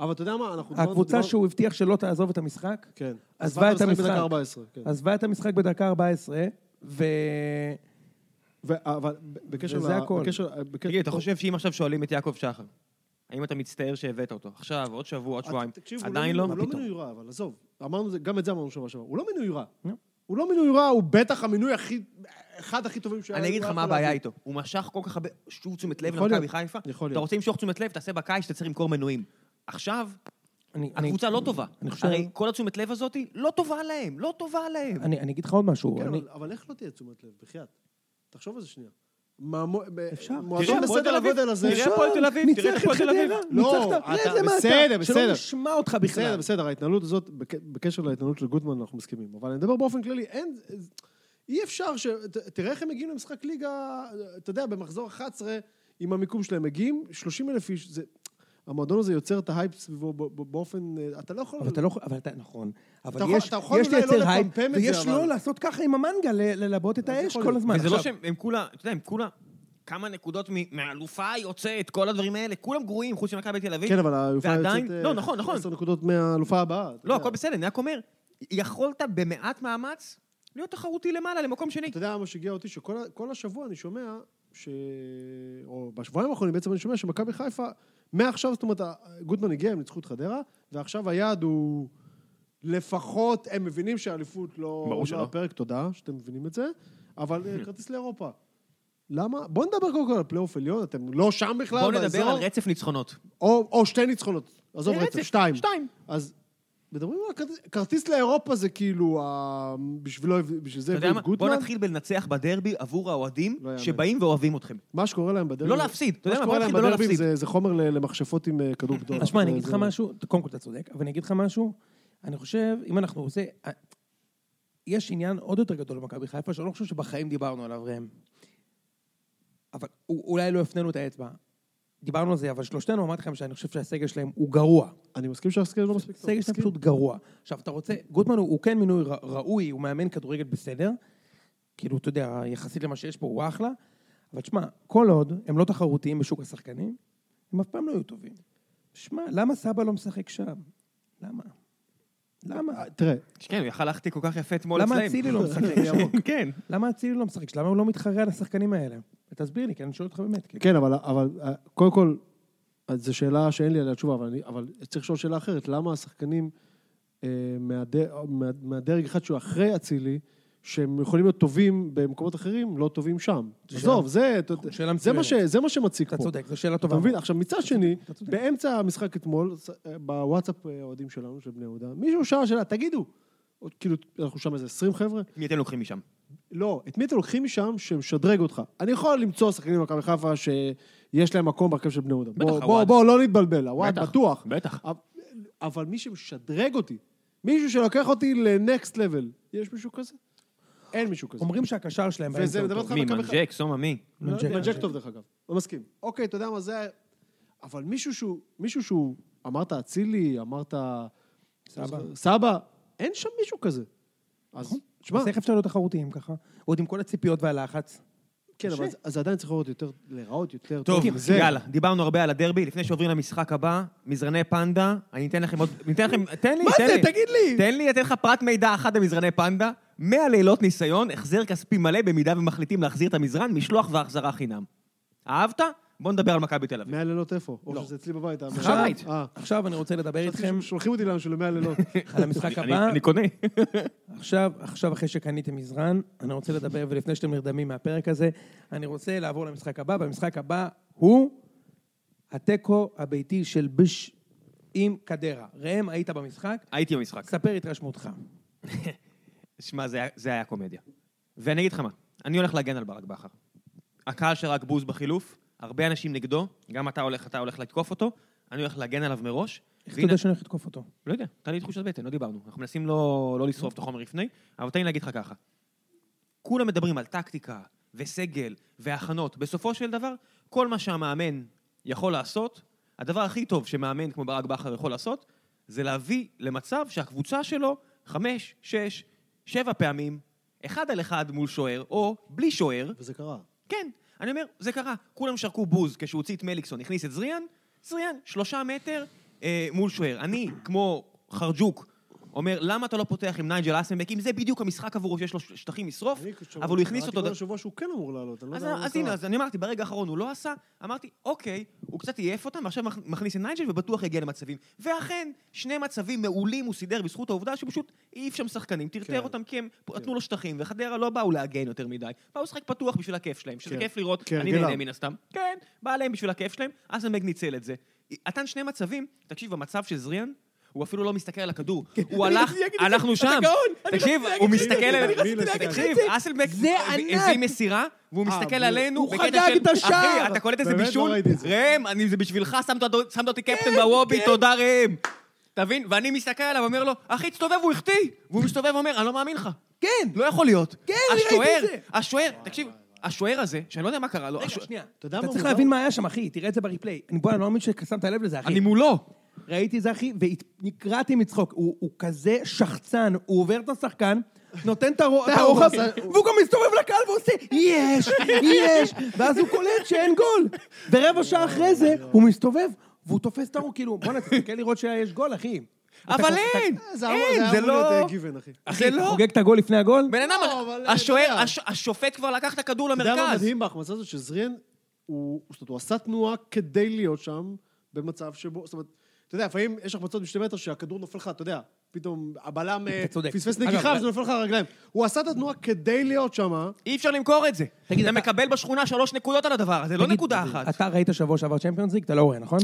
אבל אתה יודע מה, אנחנו... דיברנו- הקבוצה דיברנו- שהוא הבטיח שלא תעזוב את המשחק, כן. עזבה עזבה את את המשחק המשחק. בדקה 14, כן. עזבה את המשחק בדקה 14, ואני ו- אבל ב- בקשר ל... וזה הכל. בקשר- בקשר- תגיד, אתה חושב שאם עכשיו שואלים את יעקב שחר, האם אתה מצטער שהבאת אותו? עכשיו, עוד שבוע, עוד שבועיים. אה, תקשיב, הוא עדיין לא? הוא מה לא פתאום? מינוי רע, אבל עזוב. אמרנו, זה- גם את זה אמרנו שבוע שעבר. הוא לא מינוי רע. לא. הוא לא מינוי רע, הוא בטח המינוי הכי... אחד הכי טובים שהיה. אני אגיד לך הוא לא מה יכול הבעיה להביא. איתו. הוא משך כל כך הרבה שוב תשומת לב יכול למכבי להיות. חיפה. יכול אתה להיות. רוצה למשוך תשומת לב, תעשה בקיץ, אתה צריך למכור מנויים. עכשיו, אני- הקבוצה לא טובה. אני חושב- הרי כל התשומת לב הזאת לא טובה להם, לא טובה להם. אני אני אגיד לך עוד משהו, כן, אני- אבל- אבל איך לא תהיה תשומת לב, בחייאת? תחשוב על זה שנייה. מהמו- ב- אפשר. תראה, מועדון הפועל בסדר תל אביב. הגודל הזה... תראה, הפועל תל אביב, תראה את ניצח הפועל את תל אביב. חדרה, לא, ניצחת, אתה- תראה איזה מה בסדר, אתה, בסדר. שלא נשמע אותך בכלל. בסדר, בסדר, ההתנהלות הזאת, בק- בקשר להתנהלות של גוטמן, אנחנו מסכימים. אבל אני מדבר באופן כללי, אין... אי אפשר ש... ת- תראה איך הם מגיעים למשחק ליגה, אתה יודע, במחזור 11, עם המיקום שלהם מגיעים, 30 אלף איש, זה... המועדון הזה יוצר את ההייפ סביבו ב- ב- באופן... אה, אתה לא יכול... אבל אתה לא יכול, אבל אתה, נכון. אבל יכול- יש, אתה יכול יש אולי לא לייצר הייפ, לפמפם את זה, ויש אבל- לא לעשות ככה עם המנגה, ל- ללבות את האש יכול כל להיות. הזמן. וזה לא עכשיו, שהם הם כולה, אתה יודע, הם כולה כמה נקודות מ- מהאלופה יוצאת, כל הדברים האלה, כולם גרועים, חוץ ממכבי תל אביב. כן, אבל האלופה ועדיין- יוצאת... אה, לא, נכון, נכון. 10 נקודות מהאלופה הבאה. אתה לא, יודע. הכל בסדר, אני רק אומר, יכולת במעט מאמץ להיות תחרותי למעלה, למקום שני. אתה יודע מה שהגיע אותי? שכל ה- כל השבוע אני שומע, ש... או בשבועיים האחרונים בעצם אני שומע שמכבי חיפה, מעכשיו, זאת אומרת, ה- גוטמן הגיע, הם ניצחו את חדרה, ועכשיו היעד הוא... לפחות הם מבינים שהאליפות לא... ברור לא שלא. הפרק, תודה שאתם מבינים את זה, אבל אה, כרטיס לאירופה. למה? בואו נדבר קודם כל על פלייאוף עליון, אתם לא שם בכלל, בואו נדבר באזור. על רצף ניצחונות. או, או שתי ניצחונות, עזוב זה רצף, רצף, שתיים. שתיים. אז מדברים על כרטיס, כרטיס לאירופה זה כאילו, ה... בשבילו, בשביל זה אתה יודע הביאו מה? את בואו גוטמן, נתחיל בלנצח בדרבי עבור האוהדים לא יאמן. שבאים ואוהבים אתכם. מה שקורה להם בדרבי, לא להפסיד, אתה מה יודע מה? בוא שקורה להם נתחיל בלא בדרבי להפסיד. זה, זה חומר ל- למכשפות עם אה, כדור גדול. אז שמע, אני זה- אגיד לך זה- משהו, קודם כל אתה צודק, אבל אני אגיד לך משהו, אני חושב, אם אנחנו עושים... יש עניין עוד יותר גדול במכבי חיפה, שאני לא חושב שבחיים דיברנו עליו, ראם. אבל א- אולי לא הפנינו את האצבע. דיברנו על זה, אבל שלושתנו אמרתי לכם שאני חושב שהסגל שלהם הוא גרוע. אני מסכים שהסגל לא מספיק טוב. סגל שלהם מסכים. פשוט גרוע. עכשיו, אתה רוצה, גוטמן הוא, הוא כן מינוי ר, ראוי, הוא מאמן כדורגל בסדר, כאילו, אתה יודע, יחסית למה שיש פה הוא אחלה, אבל תשמע, כל עוד הם לא תחרותיים בשוק השחקנים, הם אף פעם לא יהיו טובים. שמע, למה סבא לא משחק שם? למה? למה? אה, תראה, כן, הוא יכל להחטיא כל כך יפה אתמול אצלם. למה אצילי לא משחק? כן. למה אצילי לא משחק? למה הוא לא מתחרה על השחקנים האלה? תסביר לי, כי אני שואל אותך באמת. כאילו. כן, אבל, אבל אה, קודם כל, אז זו שאלה שאין לי עליה תשובה, אבל, אני, אבל צריך לשאול שאלה אחרת, למה השחקנים אה, מהד- מה- מהדרג אחד שהוא אחרי אצילי, שהם יכולים להיות טובים במקומות אחרים, לא טובים שם. שאלה- עזוב, זה, אתה- שאלה זה, מה מצוינת. ש- זה מה שמציק פה. אתה צודק, זו שאלה טובה. כן, אתה מבין? עכשיו, מצד שני, אתה צודק. באמצע המשחק אתמול, ס- אה, בוואטסאפ אה, האוהדים שלנו, של בני יהודה, מישהו שאל שאלה, תגידו, עוד כאילו, אנחנו שם איזה 20 חבר'ה? מי אתם לוקחים משם? לא, את מי אתם לוקחים משם שמשדרג אותך? אני יכול למצוא שחקנים במכבי חיפה שיש להם מקום בהרכב של בני יהודה. בטח, בוא, בוא, הוואד. בוא, לא נתבלבל, הוואד בטח, בטוח. בטח. אבל- אבל מי שמשדרג אותי, מישהו שלוקח אותי לנקסט לבל, יש מישהו כזה? אין מישהו כזה. אומרים שהקשר שלהם וזה באמצע הוא מדבר טוב. אותך מי? מכבי מנג'ק, סומה, מי? לא יודע, מנג'ק. מנג'ק טוב דרך אגב, לא מסכים. אוקיי, אתה יודע מה זה... היה- אבל מישהו שהוא, מישהו שהוא, אמרת אצילי, אמרת... סבא. סבא, אין שם מישהו כזה. נכון. אז, תשמע, אז איך אפשר להיות תחרותיים ככה? עוד עם כל הציפיות והלחץ. כן, אבל קשה. אז- אז זה עדיין צריך לראות יותר, להיראות יותר טוב, אוקיי, זה- יאללה, דיברנו הרבה על הדרבי, לפני שעוברים למשחק הבא, מזרני פנדה, אני אתן לכם עוד... אני אתן לכם... תן לי, מה תן זה? לי. תגיד לי. תן לי, אתן לך פרט מידע אחד במזרני פנדה, 100 לילות ניסיון, החזר כספי מלא במידה ומחליטים להחזיר את המזרן, משלוח והחזרה חינם. אהבת? בוא נדבר על מכבי תל אביב. מאה לילות איפה? לא. או שזה אצלי בבית. אה, עכשיו אה, בית. אה, עכשיו אני רוצה לדבר איתכם חשבתי ששולחים אותי לאן של מאה לילות. על המשחק אני- הבא. אני קונה. עכשיו, עכשיו אחרי שקניתם מזרן, אני רוצה לדבר, ולפני שאתם נרדמים מהפרק הזה, אני רוצה לעבור למשחק הבא, והמשחק הבא הוא התיקו הביתי של בש עם קדרה. ראם, היית במשחק? הייתי במשחק. ספר התרשמותך. שמע, זה, היה- זה היה קומדיה. ואני אגיד לך מה, אני הולך להגן על ברק בכר. הקהל שרק בוז בחילוף, הרבה אנשים נגדו, גם אתה הולך, אתה הולך לתקוף אותו, אני הולך להגן עליו מראש. איך אתה והנה- יודע שאני הולך לתקוף אותו? לא יודע, הייתה לי תחושת בטן, לא דיברנו. אנחנו מנסים לא, לא לשרוף את החומר לפני, אבל תן לי להגיד לך ככה. כולם מדברים על טקטיקה, וסגל, והכנות. בסופו של דבר, כל מה שהמאמן יכול לעשות, הדבר הכי טוב שמאמן כמו ברק בכר יכול לעשות, זה להביא למצב שהקבוצה שלו חמש, שש, שבע פעמים, אחד על אחד מול שוער, או בלי שוער, וזה קרה. כן, אני אומר, זה קרה. כולם שרקו בוז כשהוא הוציא את מליקסון, הכניס את זריאן, זריאן, שלושה מטר אה, מול שוער. אני, כמו חרג'וק, אומר, למה אתה לא פותח עם נייג'ל אסנבק, אם זה בדיוק המשחק עבורו שיש לו ש- שטחים לשרוף, אבל הוא הכניס אותו... קראתי ד- כל השבוע שהוא כן אמור לעלות, אני לא אז, יודע מה אז קרה. הנה, אז אני אמרתי, ברגע האחרון הוא לא עשה, אמרתי, אוקיי, הוא קצת עייף אותם, ועכשיו מכ- מכניס את נייג'ל ובטוח יגיע למצבים. ואכן, שני מצבים מעולים הוא סידר בזכות העובדה שפשוט העיף שם שחקנים, טרטר כן. אותם כי הם נתנו לו שטחים, וחדרה לא באו להגן יותר מדי, באו לשחק פתוח בשביל הכיף שלהם, שזה כן. כיף לראות, כן, אני הרגלם. נהנה מן הסתם. כן, בא להם בשביל הכיף שלהם, אסנבג ניצל את זה. נתן שני מצבים, תקשיב, במצב של זריאן, הוא אפילו לא מסתכל על הכדור, הוא כן. אני הלך, רציתי להגיד את זה, הלכנו אתה שם, גאון, אני תקשיב, רציתי הוא להגיד את זה, מסתכל אני עליהם, רציתי להגיד את זה. תקשיב, אסלבק זה הביא ענק. אה, מסירה, והוא אה, מסתכל הוא- עלינו הוא בקטע חגג של, את השער. אחי, אתה קולט איזה באמת לא בישול? ראיתי את זה. ראם, אני- זה בשבילך, שמת אותו- שמת אותי קפטן בוובי, תודה ראם. אתה מבין? ואני מסתכל עליו ואומר לו, אחי, תסתובב, הוא החטיא! והוא מסתובב ואומר, אני לא מאמין לך. כן! לא יכול להיות. כן, אני ראיתי השוער- את זה. השוער, תקשיב, השוער הזה, שאני לא יודע מה קרה לו, רגע, השוער- שנייה. אתה יודע מה אתה צריך מוזר? להבין מה היה שם, אחי, תראה את זה בריפליי. אני בוא'נה, אני לא מאמין ששמת לב לזה, אחי. אני מולו. ראיתי את זה, אחי, ונקרעתי מצחוק. הוא הוא כזה שחצן, הוא עובר את השחקן, נותן את הרו- את הרוחב, הוא עושה- והוא גם מסתובב לקהל ועושה, יש, יש, ואז הוא קולט שאין גול. ורבע שעה אחרי זה, הוא מסתובב, והוא תופס את הרוח, כאילו, בוא'נה, תסתכל לראות שיש גול, אחי. אתה אבל כבר- אתה- אין! אה, זה אין, היה זה אמור להיות לא... אה, גיוון, אחי. אתה זה אתה לא... חוגג את הגול לפני הגול? בן אדם, לא, אבל, השוער, אתה יודע. הש- השופט כבר לקח את הכדור יודע מה למרכז. מדהים בהחמצה הזאת? שזריאן, הוא זאת אומרת, הוא עשה תנועה כדי להיות שם במצב שבו... זאת אומרת, אתה יודע, לפעמים יש החמצות משתי מטר שהכדור נופל לך, אתה יודע, פתאום הבלם אה, אתה צודק. פספס אגב, נגיחה אבל- וזה נופל לך על הרגליים. הוא עשה את התנועה כדי להיות שם, אה? אי אפשר למכור את זה. תגיד, אתה אתה- מקבל בשכונה שלוש נקודות על הדבר הזה, לא תגיד, נקודה אחת. אתה ראית שבוע שעבר צ'מפיונס ליג, אתה לא רואה, נכון?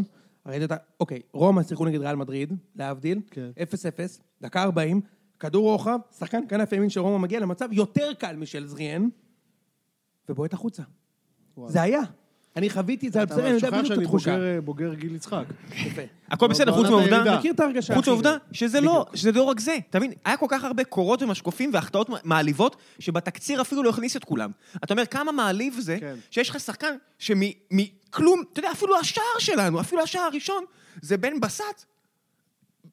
ראית את ה... אוקיי, רומא שיחקו נגד ריאל מדריד, להבדיל, כן. 0-0, דקה 40, כדור רוחב, שחקן כנף ימין של רומא מגיע למצב יותר קל משל זריאן, ובועט החוצה. וואלה. זה היה. אני חוויתי את זה על אתה בשרי, אני יודע שוכח בדיוק את שאני התחושה. בוגר, אה, בוגר גיל יצחק. יפה. הכל בסדר, בעונת חוץ מהעובדה... הירידה. מכיר את ההרגשה. חוץ אחי. מהעובדה שזה לא, שזה לא רק זה, אתה מבין? היה כל כך הרבה קורות ומשקופים והחטאות מעליבות, שבתקציר אפילו לא הכניס את כולם. אתה אומר, כמה מעליב זה, כן. שיש לך שחקן שמכלום, אתה יודע, אפילו השער שלנו, אפילו השער הראשון, זה בן בסט,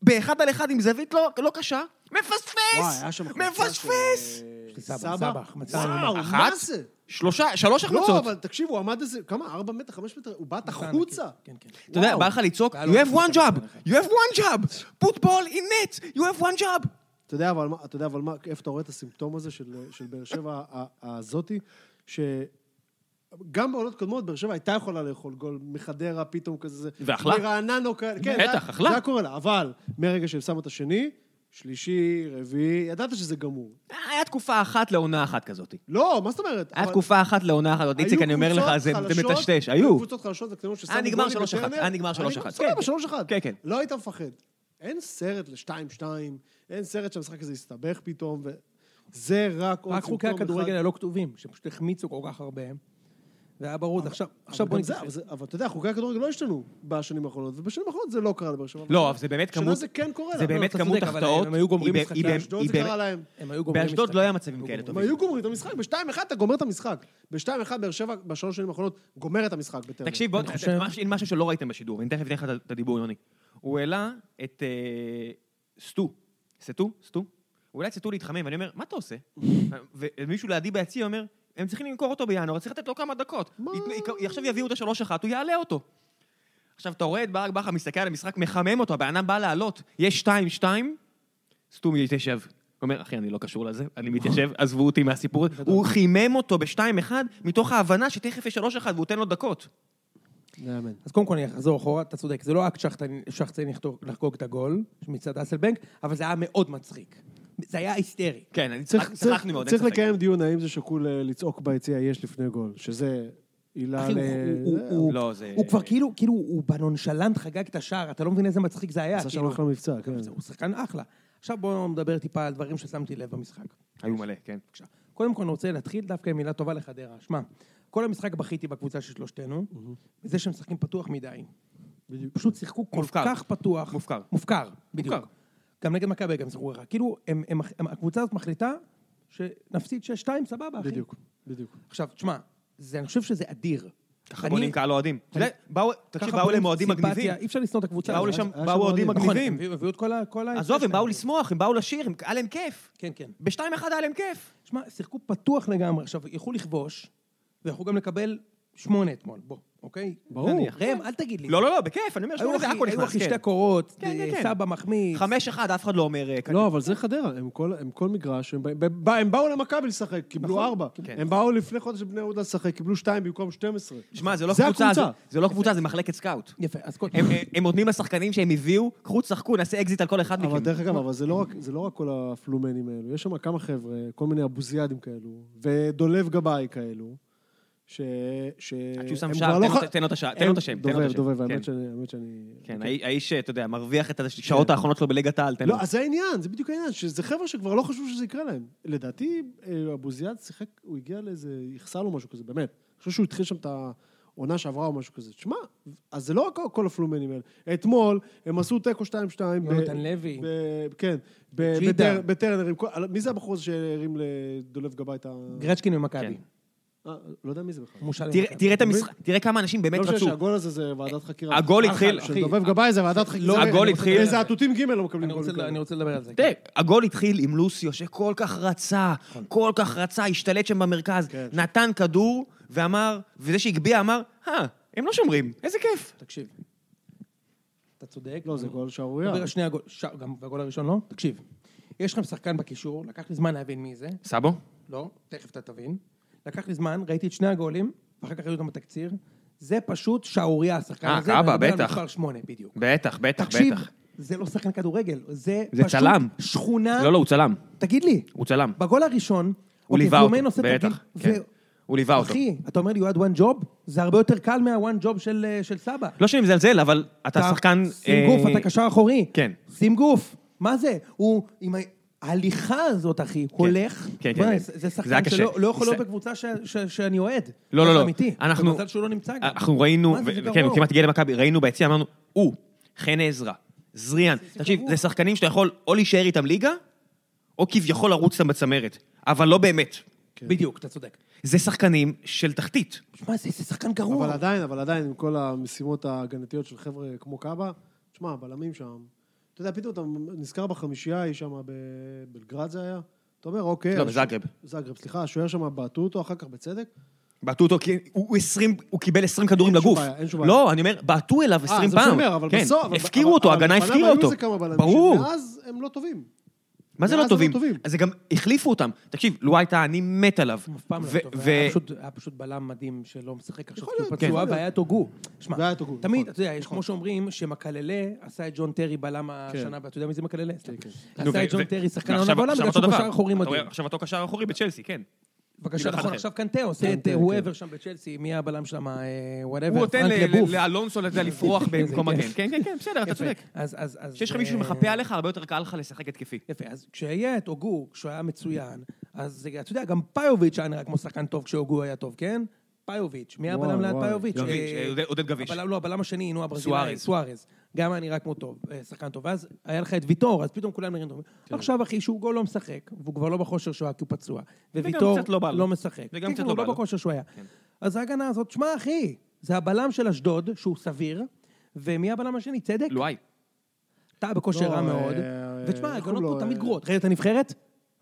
באחד על אחד עם זווית לא, לא קשה, וואי, מפספס! היה שם החמצה מפספס! של, אה, יש לי סבא, סבא, החמצה וואו, איומה. מה אחת? זה? שלושה, שלוש החמצות. לא, אבל תקשיב, הוא עמד איזה, כמה? ארבע מטר, חמש מטר? הוא בעט החוצה. כן, כן. כן. אתה יודע, בא לך לצעוק, וואו. you have one job, you have one job, put ball in net, you have one job. אתה יודע, אבל, מה- אתה יודע, אבל מה, איפה אתה רואה את הסימפטום הזה של, של באר שבע ה- הזאתי, שגם בעונות קודמות באר שבע הייתה יכולה לאכול גול מחדרה פתאום כזה. זה- ואכלה. מרעננה או כאלה. כן, בטח, זה- אכלה. זה היה קורה לה, אבל מהרגע שהם שמו את השני, שלישי, רביעי, ידעת שזה גמור. היה תקופה אחת לעונה אחת כזאת. לא, מה זאת אומרת? היה אבל- תקופה אחת לעונה אחת, עוד היו איציק, אני אומר לך, קבוצות זה זה חלשות, מטשטש, היו. קבוצות חלשות וקטנות ששמו היה נגמר גולים 3-1, בטרנר. היה נגמר 3-1, כן, כן. סבבה, 3-1. כן, כן. לא היית מפחד. אין סרט ל-2-2, אין סרט שהמשחק הזה יסתבך פתאום, ו... זה רק עוד רק חוקי סימפטום הכדורגל אחד. הלא כתובים, שפשוט החמיצו כל כך הרבה. זה היה ברור, עכשיו עכשיו אבל בוא גם זה, נתחיל. אבל זה- אבל אתה יודע, חוקי הכדורגל לא השתנו בשנים האחרונות, ובשנים האחרונות זה לא קרה לבאר שבע. לא, אבל זה באמת השנה כמות... זה כן קורה זה לה. באמת לא, אתה כמות צודק, אבל החטאות. הם היו גומרים היא ב- משחקים. היא ב- באשדוד היא זה באמת- קרה להם. הם היו גומרים באשדוד משחק. לא היה מצבים הם כאלה הם טובים. היו גומרים את המשחק, ב-2-1 אתה גומר את המשחק. ב-2-1 באר שבע בשלוש שנים האחרונות גומר את המשחק בטרנר. תקשיב, בוא, אני חושב- משהו- משהו שלא ראיתם בשידור, אני תכף אתן לך את ה- את הדיבור, יוני. הוא העלה את אה, סטו. סטו? סטו? הוא העלה את סטו להתחמם, ואני אומר, מה אתה עושה? ו- ומישהו לידי ביציע אומר, הם צריכים למכור אותו בינואר, אז צריך לתת לו כמה דקות. ייתנו- ייק- עכשיו יביאו את השלוש אחת, הוא יעלה אותו. עכשיו, אתה רואה את ברק בכר מסתכל על המשחק, מחמם אותו, הבן אדם בא לעלות, יש שתיים, שתיים, סתום יתיישב. הוא אומר, אחי, אני לא קשור לזה, אני מתיישב, עזבו אותי מהסיפור הזה. הוא חימם אותו ב-2-1 מתוך ההבנה שתכף יש 3-1 והוא תן לו דקות. נאמן. אז קודם כל אני אחזור אחורה, אתה צודק, זה לא רק שחצני- שחצני לחתור- לחגוג את הגול מצד אסלבנק, אבל זה היה מאוד מצחיק. זה היה היסטרי. כן, אני צריך- צחק- צריך צחקנו מאוד, אין צריך ספק. לקיים דיון האם זה שקול אה, לצעוק ביציע יש לפני גול, שזה עילה אחי, ל... אה, הוא- הוא- זה- הוא- לא, הוא- זה- הוא כבר כאילו, כאילו, הוא בנונשלנט חגג את השער, אתה לא מבין איזה מצחיק זה היה. עשה שם כאילו. אחלה מבצע, כן. הוא שחקן אחלה. עכשיו בואו נדבר טיפה על דברים ששמתי לב במשחק. היו מלא, כן. בבקשה. קודם כל אני רוצה להתחיל דווקא עם מילה טובה לחדרה. שמע, כל המשחק בכיתי בקבוצה של שלושתנו, בזה שהם משחקים פתוח מדי. בדיוק. פשוט שיחקו כל מופקר. כך פתוח. מופקר. מופקר, בדיוק. מופקר. גם נגד מכבי גם שיחקו ככה. כאילו, הם, הם, הם, הקבוצה הזאת מחליטה שנפסיד 6-2, סבבה, אחי. בדיוק, בדיוק. עכשיו, תשמע, זה, אני חושב שזה אדיר. ככה אני- בונים קהל אוהדים. אתה יודע, באו, תקשיב, ככה באו בונים למועדים סימפתיה, מגניבים. אי אפשר לשנוא את הקבוצה. באו הזאת. לשם, היה שם באו אוהדים אוהדים. נכון. נכון, מגניבים. הביאו הביאו את כל ה... כל ה- עזוב, הם באו שלהם. לשמוח, הם באו לשיר, הם- היה להם כיף. כן, כן. ב-2-1 היה להם כיף. שמע, שיחקו פתוח לגמרי. עכשיו, יכלו לכבוש, ויכלו גם לקבל שמונה אתמול. בוא, אוקיי? ברור. נניח. ראם, אל תגיד לי. לא, לא, לא, בכיף, אני אומר היו שמונה אחי- זה הכל היו נכנס, אחי כן. שתי קורות, אה, כן, כן, כן. סבא מחמיץ. 5-1, אף אחד לא אומר... אה, לא, אבל זה חדרה, הם כל, הם כל מגרש, הם, בא- בא- הם באו למכבי לשחק, קיבלו ארבע. כן. הם באו לפני חודש לבני יהודה לשחק, קיבלו שתיים במקום 12. שמע, זה לא זה קבוצה, זה- הקבוצה. זה לא קבוצה, זה מחלקת סקאוט. יפה, אז כל... הם- הם- הם נותנים לשחקנים שהם הביאו, קחו, תשחקו, נעשה אקזיט על כל אחד מכם. אבל דרך אגב, אבל זה לא, רק, זה לא רק כל הפלומנים האלו, יש שם כמה חבר'ה, כל מיני אבוזיאדים כאלו, ודולב גבאי כאלו, ש... ש... עד שהוא שם הם שער, כבר לא תן ח- לו את- תן לו את השער, תן הם- לו את השם, תן לו את השם. דובב, דובב, כן. האמת שאני... האמת שאני- כן, האי- האיש, אתה יודע, מרוויח את השעות האחרונות שלו בליגת העל, תן לו. לא, אז זה העניין, זה בדיוק העניין, שזה חבר'ה שכבר לא חשבו שזה יקרה להם. לדעתי, אה, אבוזיאד שיחק, הוא הגיע לאיזה, יחסר לו משהו כזה, באמת. אני חושב שהוא התחיל שם את ה... עונה שעברה או משהו כזה. תשמע, אז זה לא רק כל הפלומנים האלה. אתמול הם עשו תיקו 2-2. יונתן לוי. ב- כן. ב- ג'ידה. בטר- בטרנר. עם כל- מי זה הבחור הזה שהרים לדולב גבאי את ה... גרצ'קין ממכבי. כן. אה, לא יודע מי זה בכלל. מושל תראה- ממכבי. תראה את המשחק, תראה כמה אנשים באמת לא משנה רצו. שהגול הזה זה ועדת חקירה. אה, הגול התחיל- של דובב גבאי זה ועדת חקירה. הגול לא, אני רוצה- התחיל- איזה התותים ג' לא מקבלים אני גול. רוצה- כאלה. אני רוצה לדבר על זה. תראה, הגול התחיל עם לוסיו, שכל כך רצה, נכון. כל כך רצה, השתלט שם במרכז, כן. נתן כדור ואמר, וזה שהגביה אמר, אה, הם לא שומרים, איזה כיף. תקשיב. אתה צודק. לא, זה אני- גול שערורייה. דבר שני הגול, ש- גם הגול הראשון לא? תקשיב. יש לכם שחקן בקישור, לקח לי זמן להבין מי זה. סבו? לא, תכף אתה תבין. לקח לי זמן, ראיתי את שני הגולים, ואחר כך ראיתי אותם בתקציר. זה פשוט שערורייה, השחקן אה, הזה. אבא, ואני מדבר על בטח. מספר שמונה, בדיוק. בטח, בטח, תקשיב, זה לא שחקן כדורגל, זה זה פשוט צלם. שכונה... לא, לא, הוא צלם. תגיד לי. הוא צלם. בגול הראשון, הוא אוקיי, ליווה פלומן אותו, עושה תרגיל, בטח, כן. ו- הוא ליווה אותו. אחי, אתה אומר לי, הוא had one job? זה הרבה יותר קל מה-one job של, אה, של סבא. לא שאני מזלזל, אבל אתה שחקן... שים אה, גוף, אתה קשר אחורי. כן. שים גוף. מה זה? הוא עם ה- ההליכה הזאת, אחי, הולך. כן, מה, כן. זה- זה זה היה שחקן קשה. שלא לא יכול להיות זה- בקבוצה ש- ש- שאני אוהד. לא, לא, זה לא. אמיתי. אנחנו- ומזל שהוא לא נמצא גם. אנחנו ראינו, מה זה, זה ו- כן, הוא גרוע. כמעט הגיע למכבי, ראינו ביציע, אמרנו, הוא, חן עזרא, זריאן. תקשיב, גרוע. זה שחקנים שאתה יכול או להישאר איתם ליגה, או כביכול לרוץ איתם בצמרת, אבל לא באמת. כן. בדיוק, אתה צודק. זה שחקנים של תחתית. מה זה? זה שחקן גרוע. אבל עדיין, אבל עדיין, עם כל המשימות ההגנתיות של חבר'ה כמו קאבה, תשמע, הבלמים שם, אתה יודע, פתאום אתה נזכר בחמישייה ההיא שם, בבלגרד זה היה? אתה אומר, אוקיי... לא, הש- בזאגרב. זאגרב, סליחה, השוער שם בעטו אותו אחר כך בצדק. בעטו אותו, כי הוא 20, הוא קיבל 20 כדורים אין שום לגוף. בעיה, אין שום בעיה. לא, אני אומר, בעטו אליו 20 פעם. אה, זה מה שאני אומר, אבל כן, בסוף... אבל- הפקירו אבל- אותו, אבל ההגנה לפניו הפקירה היו אותו. איזה כמה בלמים ברור. שמאז הם לא טובים. מה זה מאז לא הם לא טובים? טובים. אז זה גם החליפו אותם. תקשיב, לואי הייתה, אני מת עליו. אף פעם לא ו- היה טוב, ו- היה פשוט- היה פשוט בלם מדהים שלא משחק עכשיו, יכול כי הוא להיות, פצוע כן. והיה אותו גו. והיה שמע, אותו גו, תמיד, נכון. אתה יודע, יש כמו שאומרים שמקללה עשה את ג'ון טרי בלם השנה, ואתה יודע מי זה מקללה? כן. נו, עשה את ו- ג'ון ו- טרי שחקן ועכשיו- העונה בעולם, עכשיו בגלל אותו דבר. שהוא קשר אחורי אתה מדהים. רואה, עכשיו אותו קשר אחורי בצ'לסי, כן. בבקשה, כאילו, אחד נכון, אחר. עכשיו קנטה עושה את קנטה, וואבר שם בצ'לסי, מי הבלם שם, אה, וואטאבר, כן, הוא נותן ל- ל- לאלונסו לזה לפרוח במקום כן. מגן. כן, כן, כן, בסדר, אתה צודק. אז, אז, אז... כשיש לך מישהו אה, שמחפה עליך, הרבה יותר קל לך לשחק התקפי. יפה, אז כשהיה את אוגו, כשהוא היה מצוין, אז אה, אתה יודע, גם פאיוביץ' היה נראה כמו שחקן טוב כשאוגו היה טוב, כן? פאיוביץ', מי וואי, הבלם ליד וואי. פאיוביץ'? גביש, אה, לא, עודד- עודד גביש. הבלם, לא, הבלם השני, נו, הברזילאי, סוארז. סוארז. גם היה נראה כמו טוב, אה, שחקן טוב. ואז היה לך את ויטור, אז פתאום כולם נראים טובים. כן. עכשיו, אחי, שהוא גול לא משחק, והוא כבר לא בכושר שהוא היה, כי הוא פצוע. וויטור קצת לא בא לו. לא משחק. וגם כן, קצת כן, לא הוא בא לו. לא בכושר שהוא היה. אז ההגנה הזאת, שמע, אחי, זה הבלם של אשדוד, שהוא סביר, ומי הבלם השני? צדק? לואי. אתה בכושר לא, רע אה, מאוד. אה, ותשמע, איך הגנות הוא פה לא, תמיד אה, גרועות. ראית את הנבחרת?